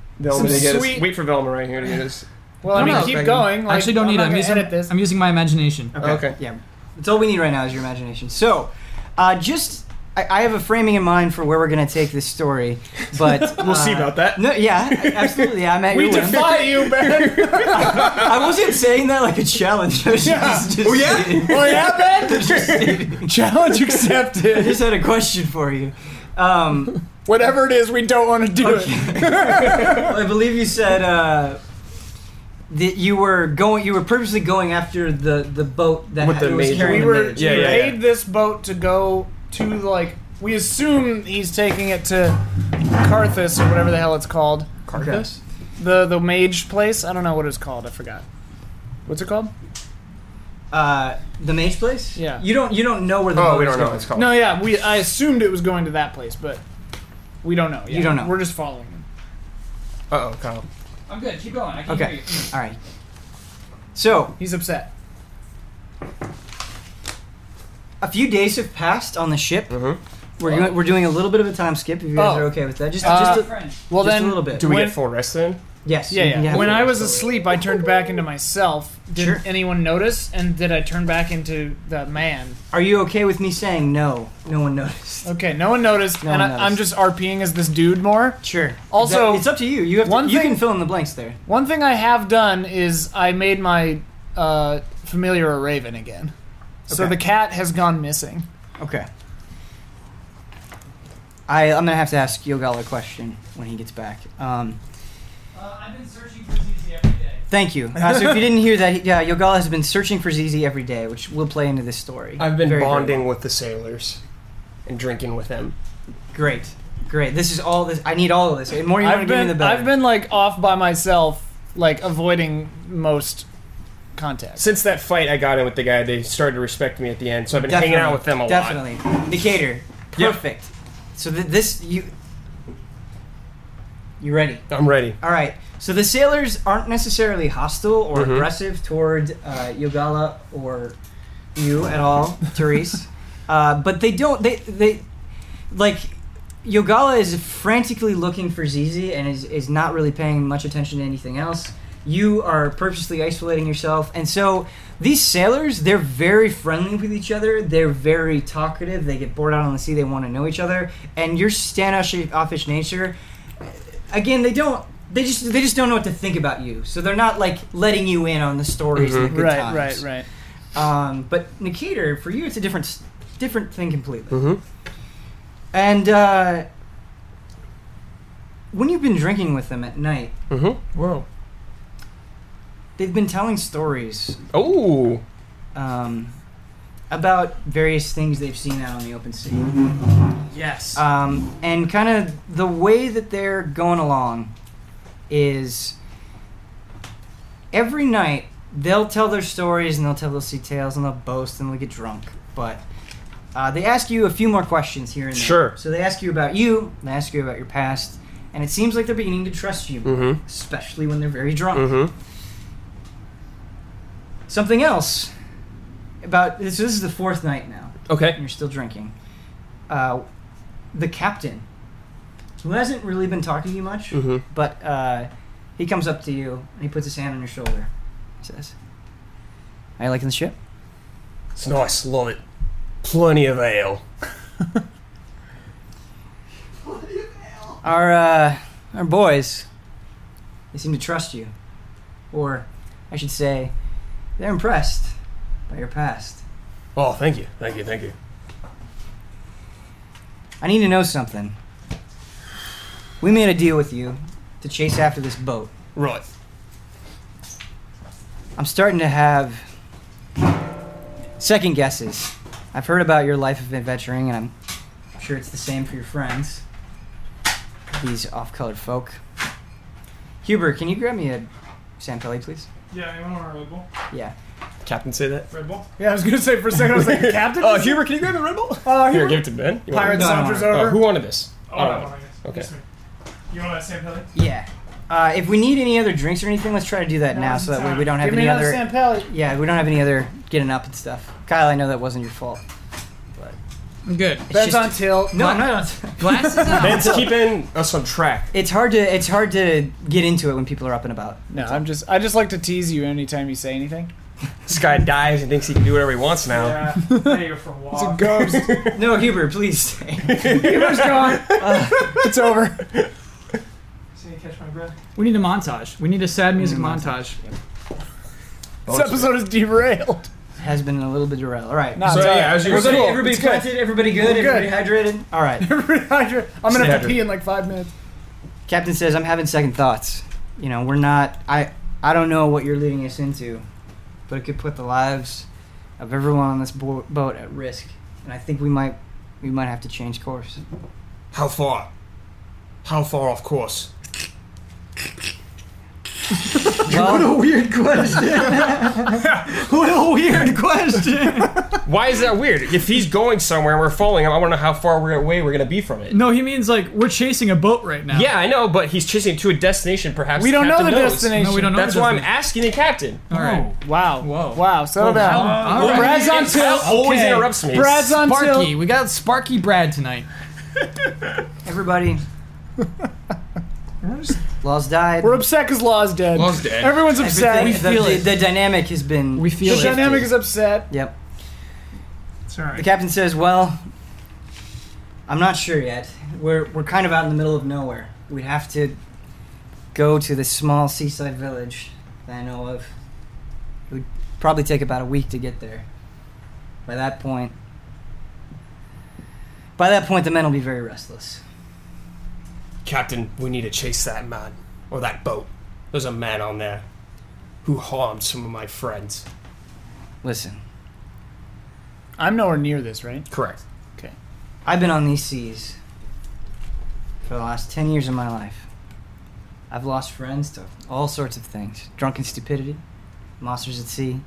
Some Velma to get us. sweet- Wait for Velma right here to get us. Well, I No, mean, no. keep going. I Like, actually don't I'm need it. not I'm gonna using. edit this. I'm using my imagination. Okay. Yeah. That's all we need right now is your imagination. So, uh, just I, I have a framing in mind for where we're gonna take this story, but [LAUGHS] we'll see about that. No, yeah, absolutely. I'm at we your whim. defy you, Ben. I wasn't saying that like a challenge. I was just, just, [LAUGHS] Oh yeah. oh yeah, [LAUGHS] Ben. Challenge I accepted. just had a question for you. [LAUGHS] Um, Whatever it is, we don't want to do it. I believe you said uh, that you were going. You were purposely going after the the boat that With had- the was major. carrying the We were major. Yeah, we yeah, paid yeah. this boat to go to like we assume he's taking it to Carthus or whatever the hell it's called. Carthus? The the mage place. I don't know what it's called. I forgot. What's it called? Uh, the mage place. Yeah. You don't. You don't know where the. Oh, boat we is don't know going. what it's called. No, yeah. We I assumed it was going to that place, but we don't know. You Yeah, don't know. We're just following him. Uh oh, Kyle. I'm good. Keep going. I can Okay. All right. So He's upset. a few days have passed on the ship. Mhm. We're go- we're doing a little bit of a time skip. If you guys Oh. are okay with that, just Uh, just a, Well, just then a little bit. Do we When- get full rest then? yes. Yeah, yeah. When we- I was asleep, I turned back into myself. Did Sure. anyone notice? And did I turn back into the man? Are you okay with me saying no? No one noticed. Okay, no one noticed, No and one I, I'm just RPing as this dude more. Sure. Also- That- it's up to you. You have One to, you thing- can fill in the blanks there. One thing I have done is I made my uh, familiar a raven again. So Okay. the cat has gone missing. Okay. I I'm gonna have to ask Yogal a question when he gets back. Um, Uh, I've been searching for Zizi every day. Thank you. Uh, so if you didn't hear that, yeah, Yogal has been searching for Zizi every day, which will play into this story. I've been Very, very bonding with the sailors and drinking with them. well. Great, great. This is all this. I need all of this. The more you want to I've give me, the been better. I've been like off by myself, like avoiding most contact. Since that fight I got in with the guy, they started to respect me at the end, so I've been Definitely, hanging out with them a lot. definitely. Decatur, Yep. perfect. So th- this you You ready? I'm ready. All right. So the sailors aren't necessarily hostile or Mhm. aggressive toward uh, Yogala or you at all, Therese. uh, but they don't. They they like Yogala is frantically looking for Zizi and is is not really paying much attention to anything else. You are purposely isolating yourself, and so these sailors they're very friendly with each other. They're very talkative. They get bored out on the sea. They want to know each other, and your standoffish nature again they don't they just they just don't know what to think about you so they're not like letting you in on the stories and the good Mm-hmm. Right, right, times right. right um, but Nikita for you it's a different s- different thing completely Mm-hmm. and uh, when you've been drinking with them at night Mm-hmm. Whoa. they've been telling stories Oh. um, about various things they've seen out on the open sea Yes. um, and kind of the way that they're going along is every night they'll tell their stories and they'll tell those sea tales and they'll boast and they'll get drunk but uh, they ask you a few more questions here and there Sure. so they ask you about you they ask you about your past and it seems like they're beginning to trust you more, Mm-hmm. especially when they're very drunk Mm-hmm. something else about this this is the fourth night now and Okay. you're still drinking. Uh, the captain, who hasn't really been talking to you much, Mm-hmm. but uh, he comes up to you and he puts his hand on your shoulder. He says, "Are you liking the ship?" It's nice. Love it. Plenty of ale. Our uh, our boys, they seem to trust you, or I should say, they're impressed by your past. Oh, thank you. Thank you. Thank you. I need to know something. We made a deal with you to chase after this boat. Right. I'm starting to have second guesses. I've heard about your life of adventuring, and I'm sure it's the same for your friends, these off colored folk. Huber, can you grab me a Sampelli, please? Yeah, anyone want a Red Bull? Yeah. Captain, say that. Red Bull? yeah, I was gonna say for a second, I was like, the captain. Uh, Huber, can you grab a Red Bull? Oh, Here, Huber. give it to Ben. You want Pirate Oh, No, no, saunters no. it? over. Oh, who wanted this? Oh, I I don't don't know. want it. Okay. Yes, sir. You want that Sam [LAUGHS] Pelly? Yeah. Uh, if we need any other drinks or anything, let's try to do that now so that way we don't have Give any me another other. Sam Pelly. yeah, we don't have any other getting up and stuff. Kyle, I know that wasn't your fault. I'm good. It's Ben's just- on tilt. No, I'm not on. Glasses up. Ben's keeping us on track. It's hard to it's hard to get into it when people are up and about. No, I'm just. I just like to tease you anytime you say anything. This guy dies and thinks he can do whatever he wants now. Yeah. Uh, Hey, you're for It's a walk. ghost. No, Huber, please [LAUGHS] stay. Huber's gone. it's over. See you catch my breath. We need a montage. We need a sad music Mm, montage. This episode is derailed. has been a little bit derailed. All right. No, So, it's all yeah, right. as you were Everybody, saying- everybody It's good. planted, everybody good, We're good. everybody hydrated. All right. [LAUGHS] Rehydrate. [LAUGHS] I'm gonna have Rehydrate. to pee in like five minutes. Captain says, I'm having second thoughts. You know, we're not, I, I don't know what you're leading us into, but it could put the lives of everyone on this bo- boat at risk. And I think we might, we might have to change [LAUGHS] course. How far? How far off course? Well, weird question. what a [LAUGHS] weird question. Why is that weird? If he's going somewhere and we're following him, I want to know how far we're away we're going to be from it. No, he means like we're chasing a boat right now. Yeah, I know, but he's chasing to a destination. Perhaps We the don't know the captain knows. destination. No, we Oh, don't know. That's the why I'm difference. asking the captain. All right. Wow. Whoa. Wow. Settle down. All Well, right. Oh. Brad's on Kyle tilt. Always Okay. interrupts me. Brad's on tilt. Sparky. We got Sparky Brad tonight. [LAUGHS] Everybody, Laws died. We're upset because Law's dead. Law's dead. Everyone's upset. Everything- We feel the, it. The, the dynamic has been. We feel the it. shifted. dynamic is upset. Yep. It's all The right. captain says, "Well, I'm not sure yet. We're we're kind of out in the middle of nowhere. We have to go to this small seaside village that I know of. It would probably take about a week to get there. By that point, by that point, the men will be very restless. Captain, we need to chase that man or that boat. There's a man on there who harmed some of my friends. Listen, I'm nowhere near this, right? Correct. I've been on these seas for the last 10 years of my life. I've lost friends to all sorts of things drunken stupidity, monsters at sea,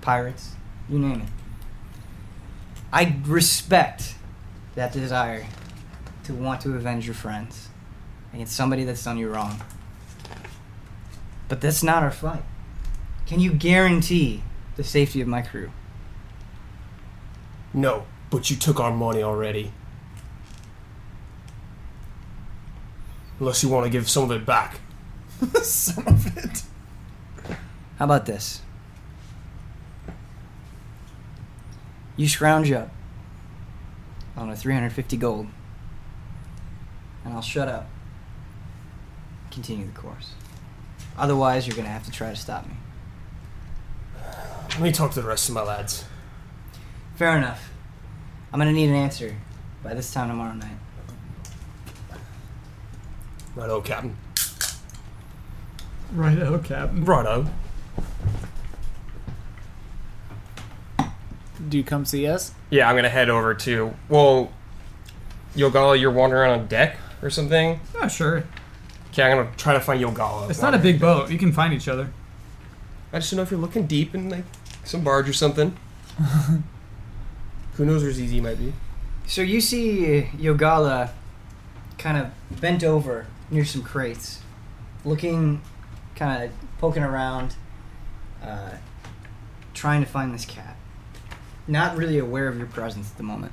pirates, you name it. I respect that desire to want to avenge your friends. against somebody that's done you wrong. But that's not our flight. Can you guarantee the safety of my crew? No, but you took our money already. Unless you want to give some of it back. Some of it. How about this? You scrounge up on a 350 gold, and I'll shut up. Continue the course. Otherwise, you're gonna have to try to stop me. Let me talk to the rest of my lads. Fair enough. I'm gonna need an answer by this time tomorrow night. Righto, Captain. Right, oh, Captain. Righto. Do you come see us? Yeah, I'm gonna head over to. Well, Yogala, you're wandering around on deck or something. Yeah, sure. Okay, I'm gonna try to find Yogala. It's not a big boat. You can find each other. I just don't know if you're looking deep in like some barge or something. [LAUGHS] Who knows where ZZ might be? So you see Yogala kind of bent over near some crates, looking, kind of poking around, uh, trying to find this cat. Not really aware of your presence at the moment.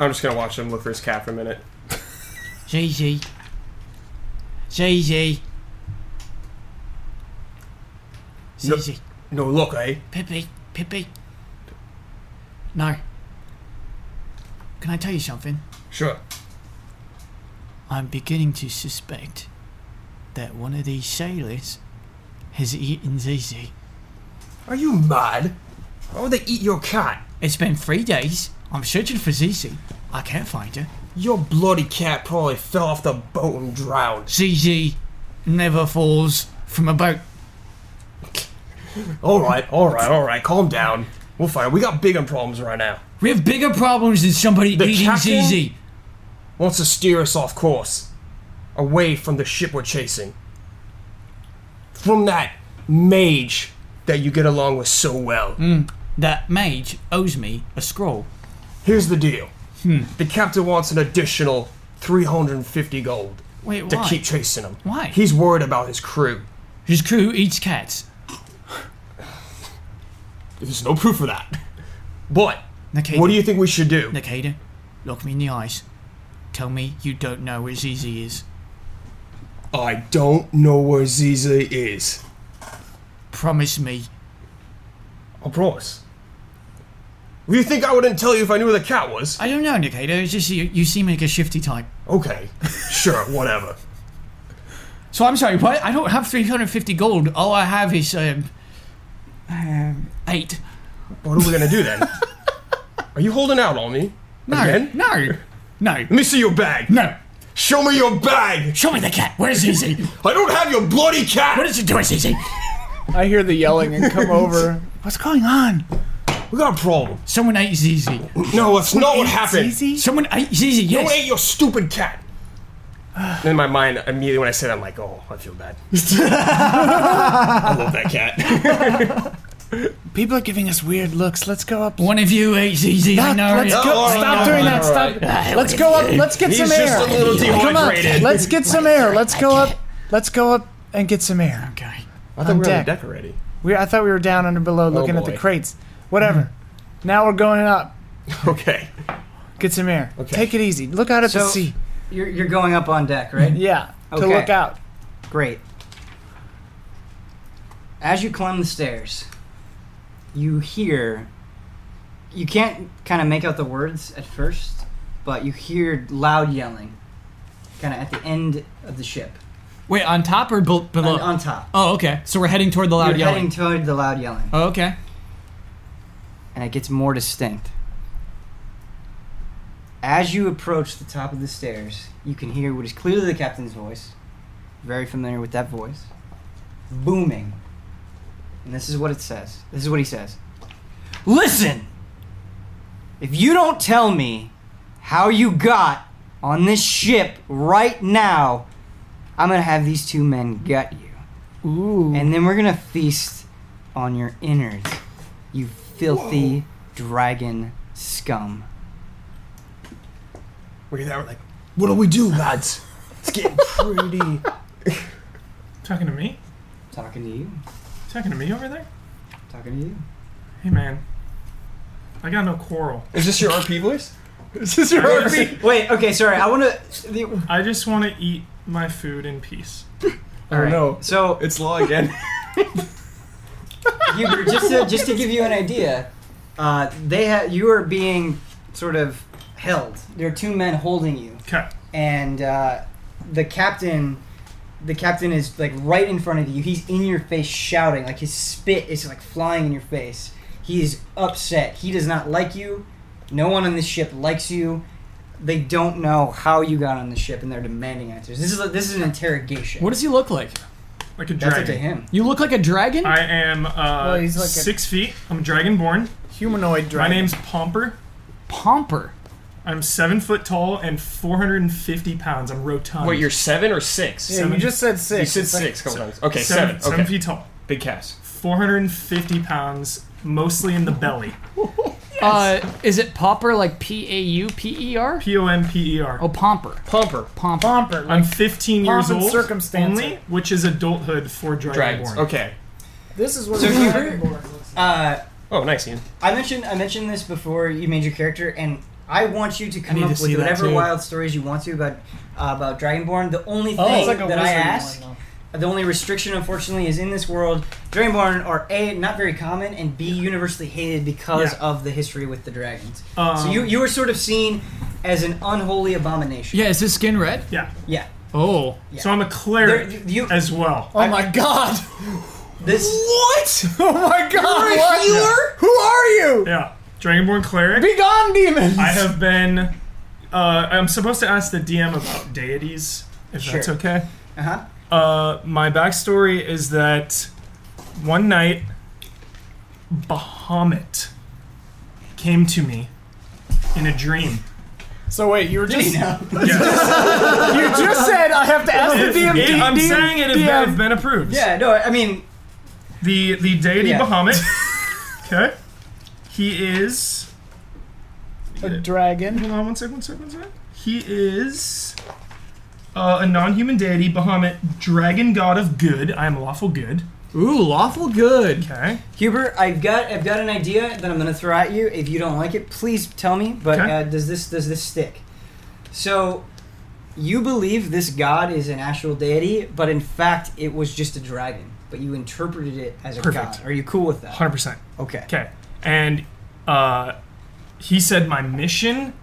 I'm just gonna watch him look for his cat for a minute. JJ. JJ. Nope. JJ. No look, eh? Pippi, Pippi. No. Can I tell you something? Sure. I'm beginning to suspect that one of these sailors has eaten Zizi. Are you mad? Why would they eat your cat? It's been three days. I'm searching for Zizi. I can't find her. Your bloody cat probably fell off the boat and drowned. Zizi never falls from a boat. All right, all right, all right. Calm down. We'll find. We got bigger problems right now. We have bigger problems than somebody The eating captain? Zizi. Wants to steer us off course, away from the ship we're chasing, from that mage that you get along with so well. That mage owes me a scroll. Here's the deal. Hmm. The captain wants an additional 350 gold Wait, to why? keep chasing him. Why? He's worried about his crew. His crew eats cats. There's no proof of that. [LAUGHS] But Nikita, what do you think we should do? Nikita, look me in the eyes. Tell me you don't know where Zizi is. I don't know where Ziza is. Promise me. I promise. Well, you think I wouldn't tell you if I knew where the cat was? I don't know, Nikita. It's just you, you seem like a shifty type. [LAUGHS] Okay, sure, whatever. So I'm sorry, what? I don't have 350 gold. All I have is um, um, eight. What are we gonna do [LAUGHS] then? Are you holding out on me? No, Again? no, no, Let me see your bag. no. Show me your bag. Show me the cat. Where's Zizi? I don't have your bloody cat. What is it doing, Zizi? I hear the yelling and [LAUGHS] come over. What's going on? We got a problem. Someone ate Zizi. No, that's not what happened. Someone ate Zizi. Don't Yes. eat your stupid cat. In my mind, immediately when I said, that, I'm like, oh, I feel bad. I love that cat. People are giving us weird looks. Let's go up. One of you ate Zizi. I Doc, know. let's it. go. all right, Stop all doing right, that. Stop. right. Let's go up. Let's get He's some air. just a little Come on. dehydrated. Let's get some air. Let's go up. Let's go up and get some air. Okay. I on deck. already. We, I thought we were down under Oh, below looking at the boy. crates. Whatever. Mm-hmm. Now we're going up. Okay. Get some air. Okay. Take it easy. Look out at the So- sea. You're, you're going up on deck, right? Yeah. To Okay. look out. Great. As you climb the stairs, you hear. You can't kind of make out the words at first, but you hear loud yelling, kind of at the end of the ship, Wait, on top or bel below? on, on top. oh, okay. So we're heading toward the loud You're yelling. heading toward the loud yelling, oh, okay. and it gets more distinct. As you approach the top of the stairs, you can hear what is clearly the captain's voice. Very familiar with that voice. Booming. And this is what it says. This is what he says. Listen! If you don't tell me how you got on this ship right now, I'm gonna have these two men gut you. Ooh. And then we're gonna feast on your innards, you filthy dragon scum. We're there, we're like, what do we do, lads? It's getting pretty. Talking to me? Talking to you. Talking to me over there? Talking to you. Hey, man. I got no quarrel. Is this your RP voice? Is this your Wait, okay, sorry. I want to. I just want to eat my food in peace. All right. no. So, It's law again. Hubert, just to, just to give you an idea, uh, they ha- you are being sort of held. There are two men holding you, Okay. and uh, the captain, the captain is like right in front of you. He's in your face, shouting like his spit is like flying in your face. He is upset. He does not like you. No one on this ship likes you. They don't know how you got on the ship, and they're demanding answers. This is a, this is an interrogation. What does he look like? Like a That's dragon. up to him. You look like a dragon? I am uh, he's like a- six feet. I'm dragonborn. Humanoid My dragon. name's Pomper. Pomper. I'm seven foot tall and 450 pounds. I'm rotund. [LAUGHS] Wait, you're seven or six? Yeah, you just said six. You said It's like- six a couple times. Okay, seven, seven. seven Okay. feet tall. Big cast. 450 pounds, mostly in the belly. Uh, is it Pomper like P A U P E R? P O M P E R. Oh, Pomper. Pumper. Pomper. Pomper. Like, I'm 15 years Pomp and old circumstance. only, which is adulthood for dragonborn. Dragons. Okay. this is what So a you- dragonborn looks like. Uh, Oh, nice, Ian. I mentioned I mentioned this before you made your character, and I want you to come need up to see with that whatever too. wild stories you want to about uh, about Dragonborn. The only thing Oh, It's like a that I wizard ask, one, the only restriction, unfortunately, is in this world, Dragonborn are a not very common, and b universally hated because Yeah. of the history with the dragons. Um, so you you were sort of seen as an unholy abomination. Yeah, is his skin red? Yeah. Yeah. Oh. So I'm a There, cleric you, as well. though. Oh my [LAUGHS] god! this [LAUGHS] What? Oh my god! You're a what? healer? Who are Oh. you? Yeah. Dragonborn cleric. Be gone, demons! I have been. Uh, I'm supposed to ask the DM about deities, if that's Sure. okay. uh huh. Uh, my backstory is that one night, Bahamut came to me in a [LAUGHS] dream. So wait, you were just [LAUGHS] you Yes. just said I have to ask the DM. It- I'm DM saying it if I've been approved. Yeah. No. I mean, The the deity Yeah. [LAUGHS] Bahamut. Okay. He is. a dragon. Hold on one sec, one sec, one sec. He is uh, a non-human deity, Bahamut, dragon god of good. I am lawful good. Ooh, lawful good. Okay. Hubert, I've got I've got an idea that I'm going to throw at you. If you don't like it, please tell me. But Okay. uh, does this does this stick? So, you believe this god is an actual deity, but in fact it was just a dragon. But you interpreted it as a Perfect. god. Are you cool with that? 100%. Okay. Okay. And uh, he said, My mission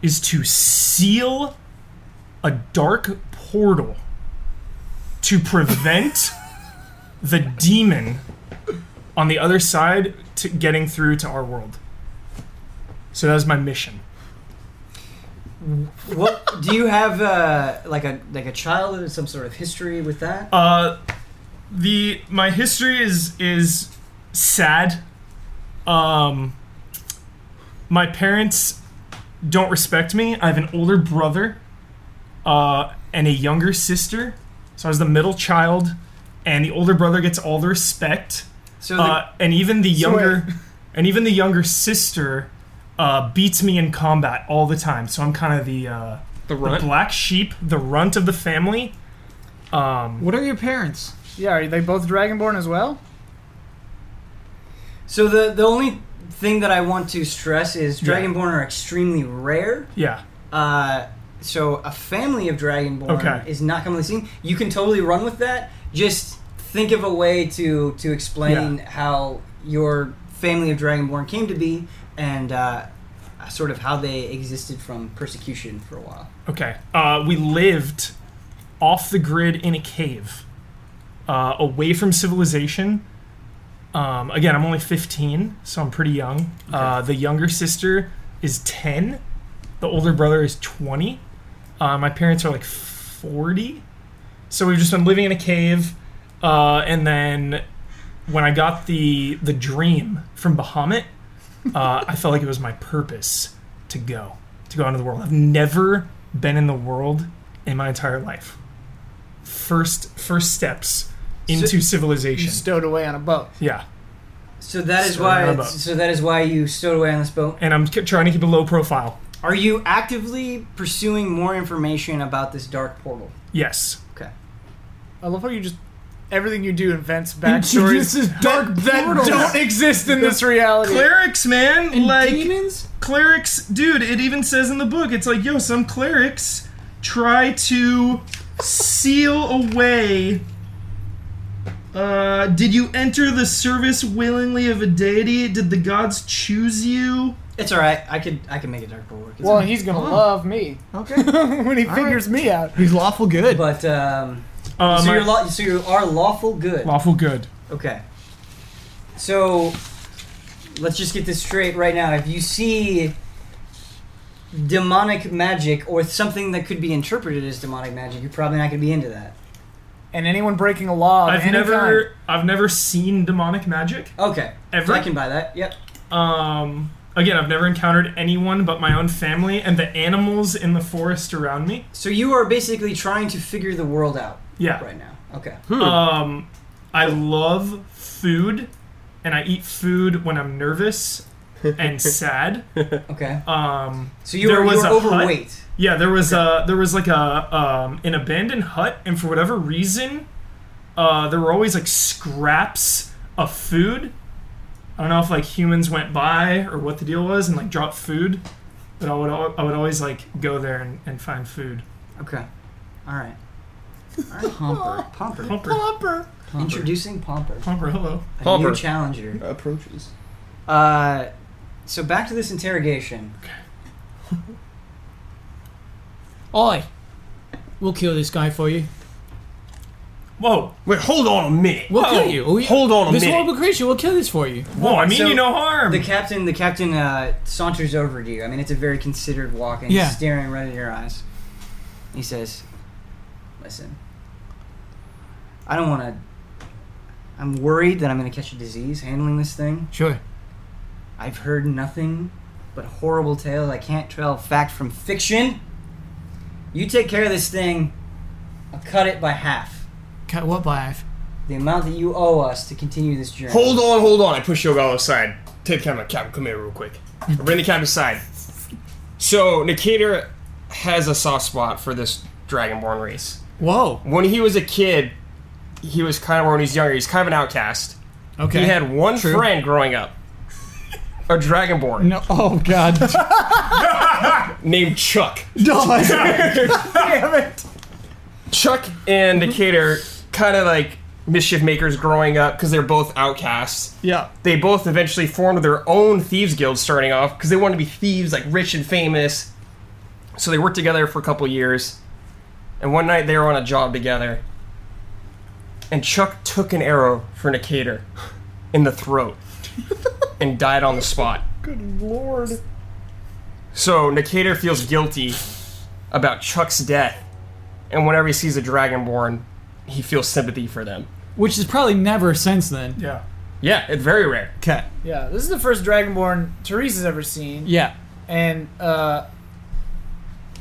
is to seal a dark portal to prevent the demon on the other side to getting through to our world. So that was my mission. What do you have? Uh, like a like a childhood, some sort of history with that? Uh, the my history is is sad. Um, my parents don't respect me. I have an older brother, uh, and a younger sister. So I was the middle child, and the older brother gets all the respect. So the, Uh, and even the So wait. younger, [LAUGHS] and even the younger sister, uh, beats me in combat all the time. So I'm kind of the uh, The the runt. black sheep, the runt of the family. Um, What are your parents? Yeah, are they both dragonborn as well? so the the only thing that I want to stress is Dragonborn are extremely rare. yeah. Uh, so a family of dragonborn Okay. is not commonly seen. You can totally run with that. Just think of a way to to explain how your family of dragonborn came to be and uh, sort of how they existed from persecution for a while. Okay. Uh, we lived off the grid in a cave, uh, away from civilization. Um, again, I'm only 15, so I'm pretty young. Uh, the younger sister is 10. The older brother is 20. Uh, my parents are like 40. So we've just been living in a cave. Uh, and then when I got the the dream from Bahamut, uh, I felt like it was my purpose to go to go out into the world. I've never been in the world in my entire life. First first steps into You civilization. stowed away on a boat. yeah. So that is Stowed on why. a boat. So that is why you stowed away on this boat. and I'm k- trying to keep a low profile. Are you actively pursuing more information about this dark portal? Yes. Okay. I love how you just everything you do invents backstories is dark that portals. don't exist in this reality. Clerics, man, And like demons? clerics, dude. It even says in the book, it's like, yo, some clerics try to seal away. Uh, did you enter the service willingly of a deity? Did the gods choose you? It's all right. I could I can make a dark portal work. It's Well, fine. he's gonna love me Okay. [LAUGHS] when he figures me out. He's lawful good. but um, Uh, so my- you're law so you are lawful good. lawful good. Okay. So let's just get this straight right now. If you see demonic magic or something that could be interpreted as demonic magic, you're probably not going to be into that. And anyone breaking a law, of I've any never, kind- I've never seen demonic magic. Okay. Ever? I can buy that. Yep. Um, again, I've never encountered anyone but my own family and the animals in the forest around me. So you are basically trying to figure the world out Yeah. right now. Okay. Um, I love food, and I eat food when I'm nervous and sad. Okay. Um, So you There were you was were a hut. overweight. yeah, there was a there was like a um, an abandoned hut, and for whatever reason, uh, there were always like scraps of food. I don't know if like humans went by or what the deal was, and like dropped food. But I would al- I would always like go there and, and find food. Okay. All right. All right. Pomper. [LAUGHS] Pomper. Pomper, Pomper. Introducing Pomper. Pomper, hello. A Pomper. new challenger. approaches. Uh, so back to this interrogation. Oi. We'll kill this guy for you. Whoa, Wait, hold on a minute. We'll Whoa. kill you. We- Hold on a this minute. horrible creature will kill this for you. whoa! I mean So you no harm. The captain, the captain uh, saunters over to you. I mean, it's a very considered walk, and Yeah. he's staring right in your eyes. He says, "Listen, I don't want to. I'm worried that I'm going to catch a disease handling this thing. Sure. I've heard nothing but horrible tales. I can't tell fact from fiction. You take care of this thing. I'll cut it by half. Cut what by half? The amount that you owe us to continue this journey. Hold on, hold on. I push Yogalo aside. Take the camera, Captain. Come here real quick. I bring the captain aside. So Nikator has a soft spot for this Dragonborn race. Whoa. When he was a kid, he was kind of when he's younger. He's kind of an outcast. Okay. He had one True. friend growing up, a Dragonborn No. Oh God. named Chuck. [LAUGHS] no. Chuck and Decatur kind of like mischief makers growing up because they're both outcasts. Yeah. They both eventually formed their own thieves guild starting off because they wanted to be thieves, like rich and famous. So they worked together for a couple years. And one night they were on a job together. And Chuck took an arrow for Nicator in the throat and died on the spot. Good lord. So Nicator feels guilty about Chuck's death. And whenever he sees a Dragonborn, he feels sympathy for them. Which is probably never since then. yeah. Yeah, it's very rare. Okay. Yeah, this is the first Dragonborn Teresa's ever seen, Yeah. and uh,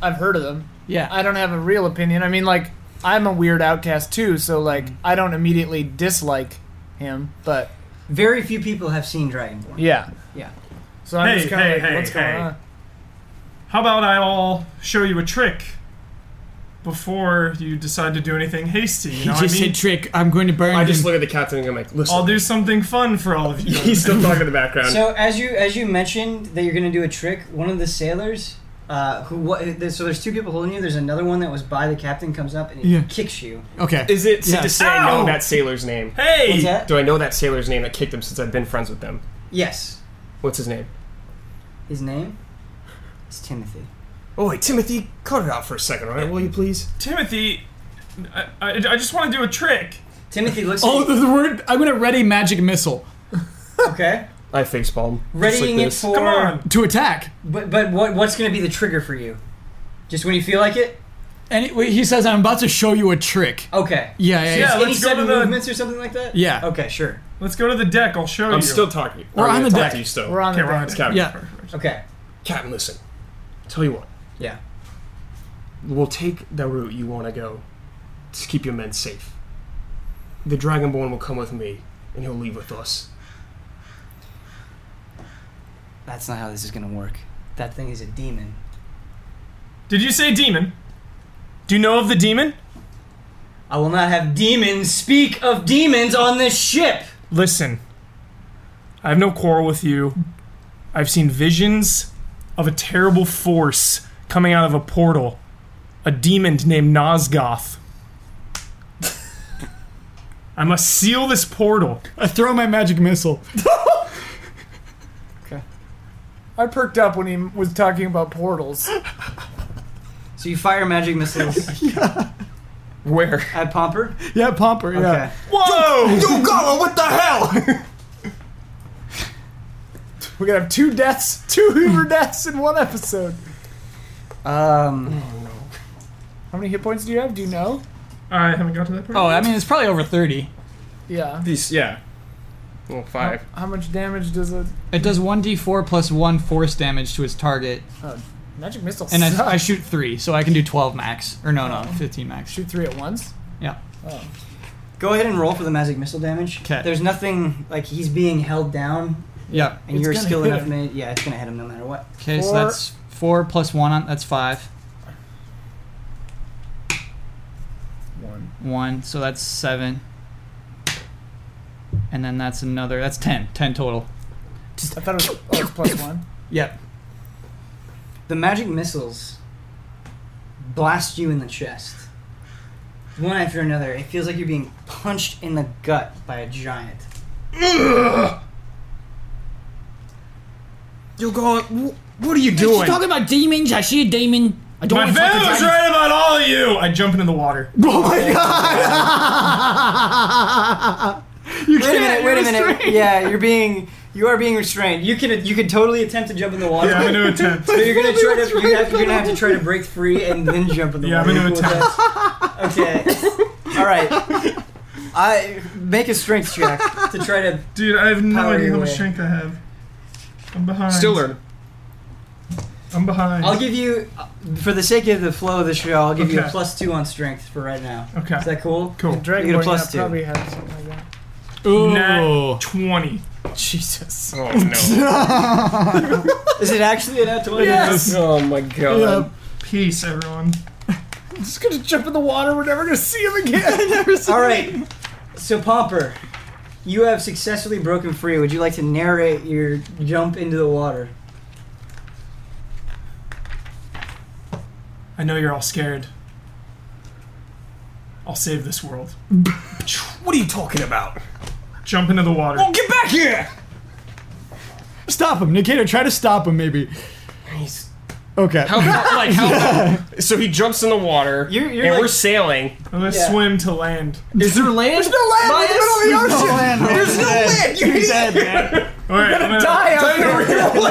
I've heard of them. Yeah. I don't have a real opinion. I mean, like, I'm a weird outcast too, so like, I don't immediately dislike him, but Very few people have seen Dragonborn. yeah, Yeah. So I'm Hey, just kind of hey, like, hey, what's going hey. on? How about I'll show you a trick before you decide to do anything hasty? You he know just what I mean? said trick. I'm going to burn. I just him. look at the captain and I'm like, listen. I'll do something fun for all of you. [LAUGHS] He's still talking in the background. So as you as you mentioned that you're gonna do a trick, one of the sailors, uh, who what? So there's two people holding you. There's another one that was by the captain comes up and he Yeah. kicks you. okay. Is it safe Yeah. to say I Ow! know that sailor's name? What's hey, that? Do I know that sailor's name that kicked him since I've been friends with them? Yes. What's his name? His name. It's Timothy. Oh wait, Timothy, cut it out for a second, all right? Will you please? Timothy, I, I, I just want to do a trick. Timothy looks. Oh, at you, [LAUGHS] the, the word. I'm going to ready magic missile okay. I facepalm. Just Readying like it this. for. Come on. to attack. But but what what's gonna be the trigger for you? Just when you feel like it. And it, wait, he says, "I'm about to show you a trick." Okay. Yeah. Yeah. yeah. Yeah. Any let's go sudden to the- movements or something like that. Yeah. Okay. Sure. Let's go to the deck. I'll show you. I'm still talking. We're I'm on gonna the talk deck. To you still. We're on Okay, the we're on deck. the Captain. Yeah. Okay. Captain, listen. Tell you what. Yeah. We'll take the route you want to go to keep your men safe. The Dragonborn will come with me, and he'll leave with us. That's not how this is gonna work. That thing is a demon. Did you say demon? Do you know of the demon? I will not have demons speak of demons on this ship. Listen, I have no quarrel with you. I've seen visions of a terrible force coming out of a portal. A demon named Nosgoth. [LAUGHS] I must seal this portal. I throw my magic missile. [LAUGHS] I perked up when he was talking about portals. So you fire magic [LAUGHS] missiles Where? at Pomper. Yeah, Pomper. Yeah. Okay. Whoa! Yo, Gollum, what the hell? We're gonna have two deaths, two [LAUGHS] Hoover deaths in one episode. Um, How many hit points do you have? Do you know? I haven't got to that part. Oh, I mean, it's probably over 30. Yeah. These, yeah. Well, five. How much damage does a It does 1d4 plus 1 force damage to its target, magic missile? and suck? I, I shoot 3, so I can do 12 max. Or no, no, 15 max. shoot three at once. Oh, Yeah. go ahead and roll for the magic missile damage. 'Kay. There's nothing like he's being held down, Yeah. and It's you're gonna skilled hit enough. him. ma- Yeah, it's gonna hit him no matter what. Okay, so Four. that's 4 plus 1, on, that's 5. One. 1, so that's 7. And then that's another, that's 10. 10 total. I thought it was, oh, it's plus one. Yep. The magic missiles blast you in the chest, one after another. It feels like you're being punched in the gut by a giant. Yo, Gollum, wh- what are you doing? about demons. I see a demon. I don't My venom is right about all of you! I jump into the [LAUGHS] water. Oh my god! you Wait a can't. minute! Wait a you're minute! straight. Yeah, you're being you are being restrained. You can you can totally attempt to jump in the water. Yeah, I'm gonna attempt. So you're [LAUGHS] gonna try to was you're, right gonna have, you're gonna have to try to break free and then jump in the Yeah, I'm water. gonna Cool with that? Okay. All right. I make a strength check to try to. Dude, I have no Power idea your how much way. strength I have. I'm behind. Still learning. I'm behind. I'll give you, for the sake of the flow of the show, I'll give you a Okay. plus two on strength for right now. Okay. Is that cool? Cool. You get a Dragonborn plus yeah, two. probably has something like that. Ooh. Nat 20. Jesus. Oh, no. Is it actually an at twenty? Yes. [LAUGHS] oh, my God. Peace, everyone. I'm just gonna jump in the water. We're never gonna see him [LAUGHS] again. All right. So Pomper, you have successfully broken free. Would you like to narrate your jump into the water? I know you're all scared. I'll save this world. [LAUGHS] What are you talking about? Jump into the water. Get back here! Stop him, Nikita. Try to stop him, maybe. He's- Okay. How, how- like, how, so he jumps in the water, You're- you're and like- we're sailing. I'm gonna Yeah. swim to land. Is there land? There's no land in the middle of the ocean! There's no land! You dead, Alright, I'm gonna Die out there.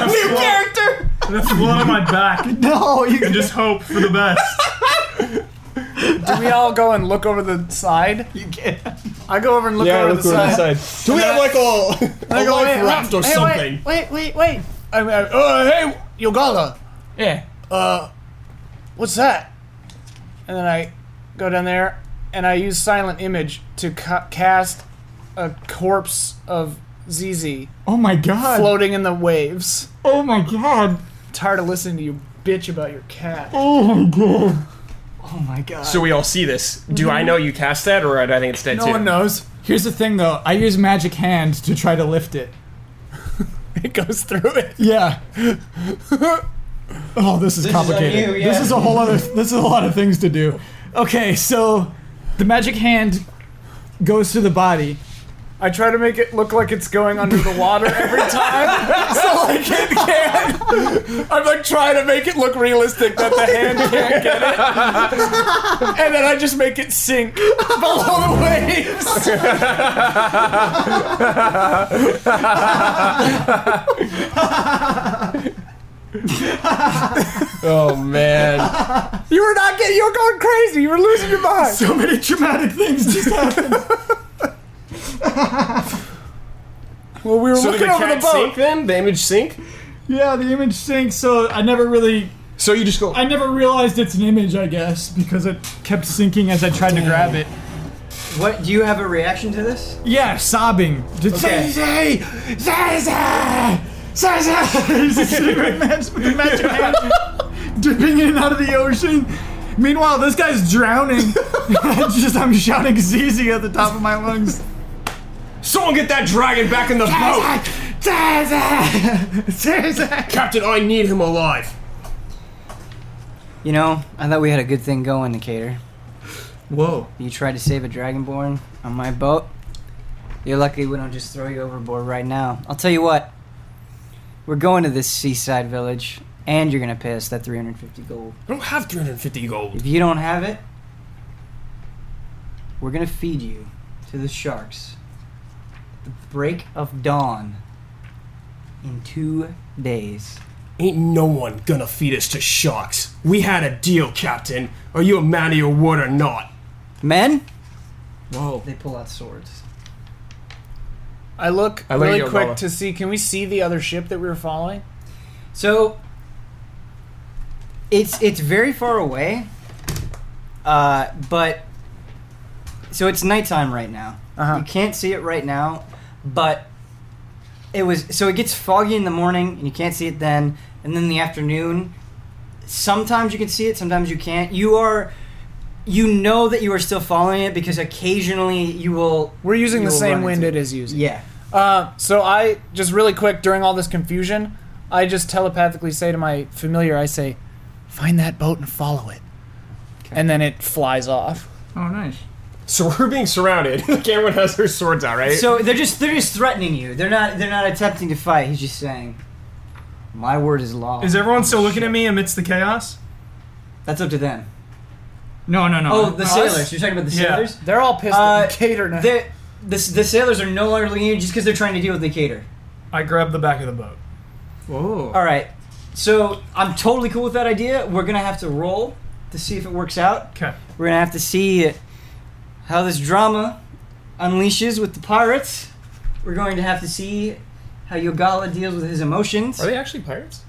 new character! I'm gonna float on my back and No, you can just hope for the best. Do we all go and look over the side? You can. I go over and look over the side. Do we have like a, I a go, life "Hey, raft or oh, hey, something? Wait, wait, wait. wait. I mean, I- uh, hey, Yogala. Yeah. Uh, what's that? And then I go down there and I use silent image to ca- cast a corpse of ZZ Oh my god. floating in the waves. Oh my god. Tired of listening to you bitch about your cat. Oh my god. Oh my god. So we all see this. Do I know you cast that, or do I think it's dead Mhm. No too? one knows. Here's the thing though. I use magic hand to try to lift it. [LAUGHS] It goes through it. Yeah. [LAUGHS] oh, this is is on complicated. you, yeah. This is a whole other. This is a lot of things to do. Okay, so the magic hand goes to the body. I try to make it look like it's going under the water every time, so like it can. I'm like trying to make it look realistic that the hand can't get it, and then I just make it sink below the waves. Oh, man. You were not getting. You were going crazy. You were losing your mind. So many traumatic things just happened. well, we were [LAUGHS] So did the looking over the cat boat. sink then? The image sink? yeah, the image sinks. So I never really. So you just go, I never realized it's an image. I guess because it kept sinking as I tried to grab it. What do you have a reaction to this? Yeah, sobbing. Just Okay. Zay, [LAUGHS] [LAUGHS] Zay, Zay, Zay, Zay. He's just sitting with magic- with magic hand. dipping in and out of the ocean. Meanwhile, this guy's drowning. [LAUGHS] It's just I'm shouting ZZ at the top of my lungs. [LAUGHS] Someone get that dragon back in the boat! ZZ! Captain, I need him alive. You know, I thought we had a good thing going, Decatur. Whoa. You tried to save a dragonborn on my boat. You're lucky we don't just throw you overboard right now. I'll tell you what. We're going to this seaside village, and you're gonna pay us that 350 gold. I don't have 350 gold. If you don't have it, we're gonna feed you to the sharks. At the break of dawn. In two days. Ain't no one gonna feed us to sharks. We had a deal, Captain. Are you a man of your word or not? Men? Whoa. They pull out swords. I look I like really your quick umbrella. to see. Can we see the other ship that we were following? So it's it's very far away, uh, but so it's nighttime right now. Uh-huh. You can't see it right now, but it was so it gets foggy in the morning and you can't see it then, and then in the afternoon. Sometimes you can see it, sometimes you can't. You are. You know that you are still following it because occasionally you will. We're using you the will same run wind it into is using. Yeah. Uh, so I just really quick during all this confusion, I just telepathically say to my familiar, I say, "Find that boat and follow it," and then it flies off. Oh, nice. So we're being surrounded. Like everyone has their swords out, right? So they're just they're just threatening you. They're not they're not attempting to fight. He's just saying, "My word is law." Is everyone still looking at me amidst the chaos? That's up to them. No, no, no. Oh, the Us? sailors. You're talking about the Yeah. sailors. They're all pissed Uh, at Cater now. The, the the sailors are no longer leaning just because they're trying to deal with the cater. I grab the back of the boat. Whoa. All right. So I'm totally cool with that idea. We're gonna have to roll to see if it works out. Okay. We're gonna have to see how this drama unleashes with the pirates. We're going to have to see how Yogala deals with his emotions. Are they actually pirates?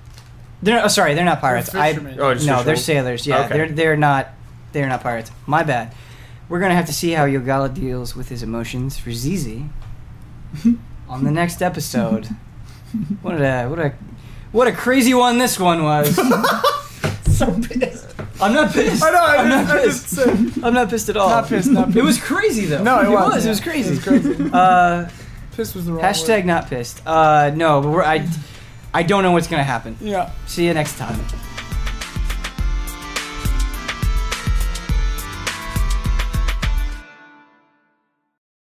They're oh, sorry, they're not pirates. I, fishermen. Oh, just no, they're fishermen. sailors. Yeah, Okay. they're they're not they're not pirates. My bad. We're gonna have to see how Yogala deals with his emotions for Zizi on the next episode. What a what a what a crazy one this one was. [LAUGHS] [LAUGHS] so pissed. I'm not pissed. I know. I am just, not I just pissed. I'm not pissed at all. Not pissed, not It was crazy though. No, it was, It was, yeah. crazy. It was crazy. Uh, pissed was the wrong hashtag Word. not pissed. Uh, no, but we're, I I don't know what's gonna happen. Yeah. See you next time.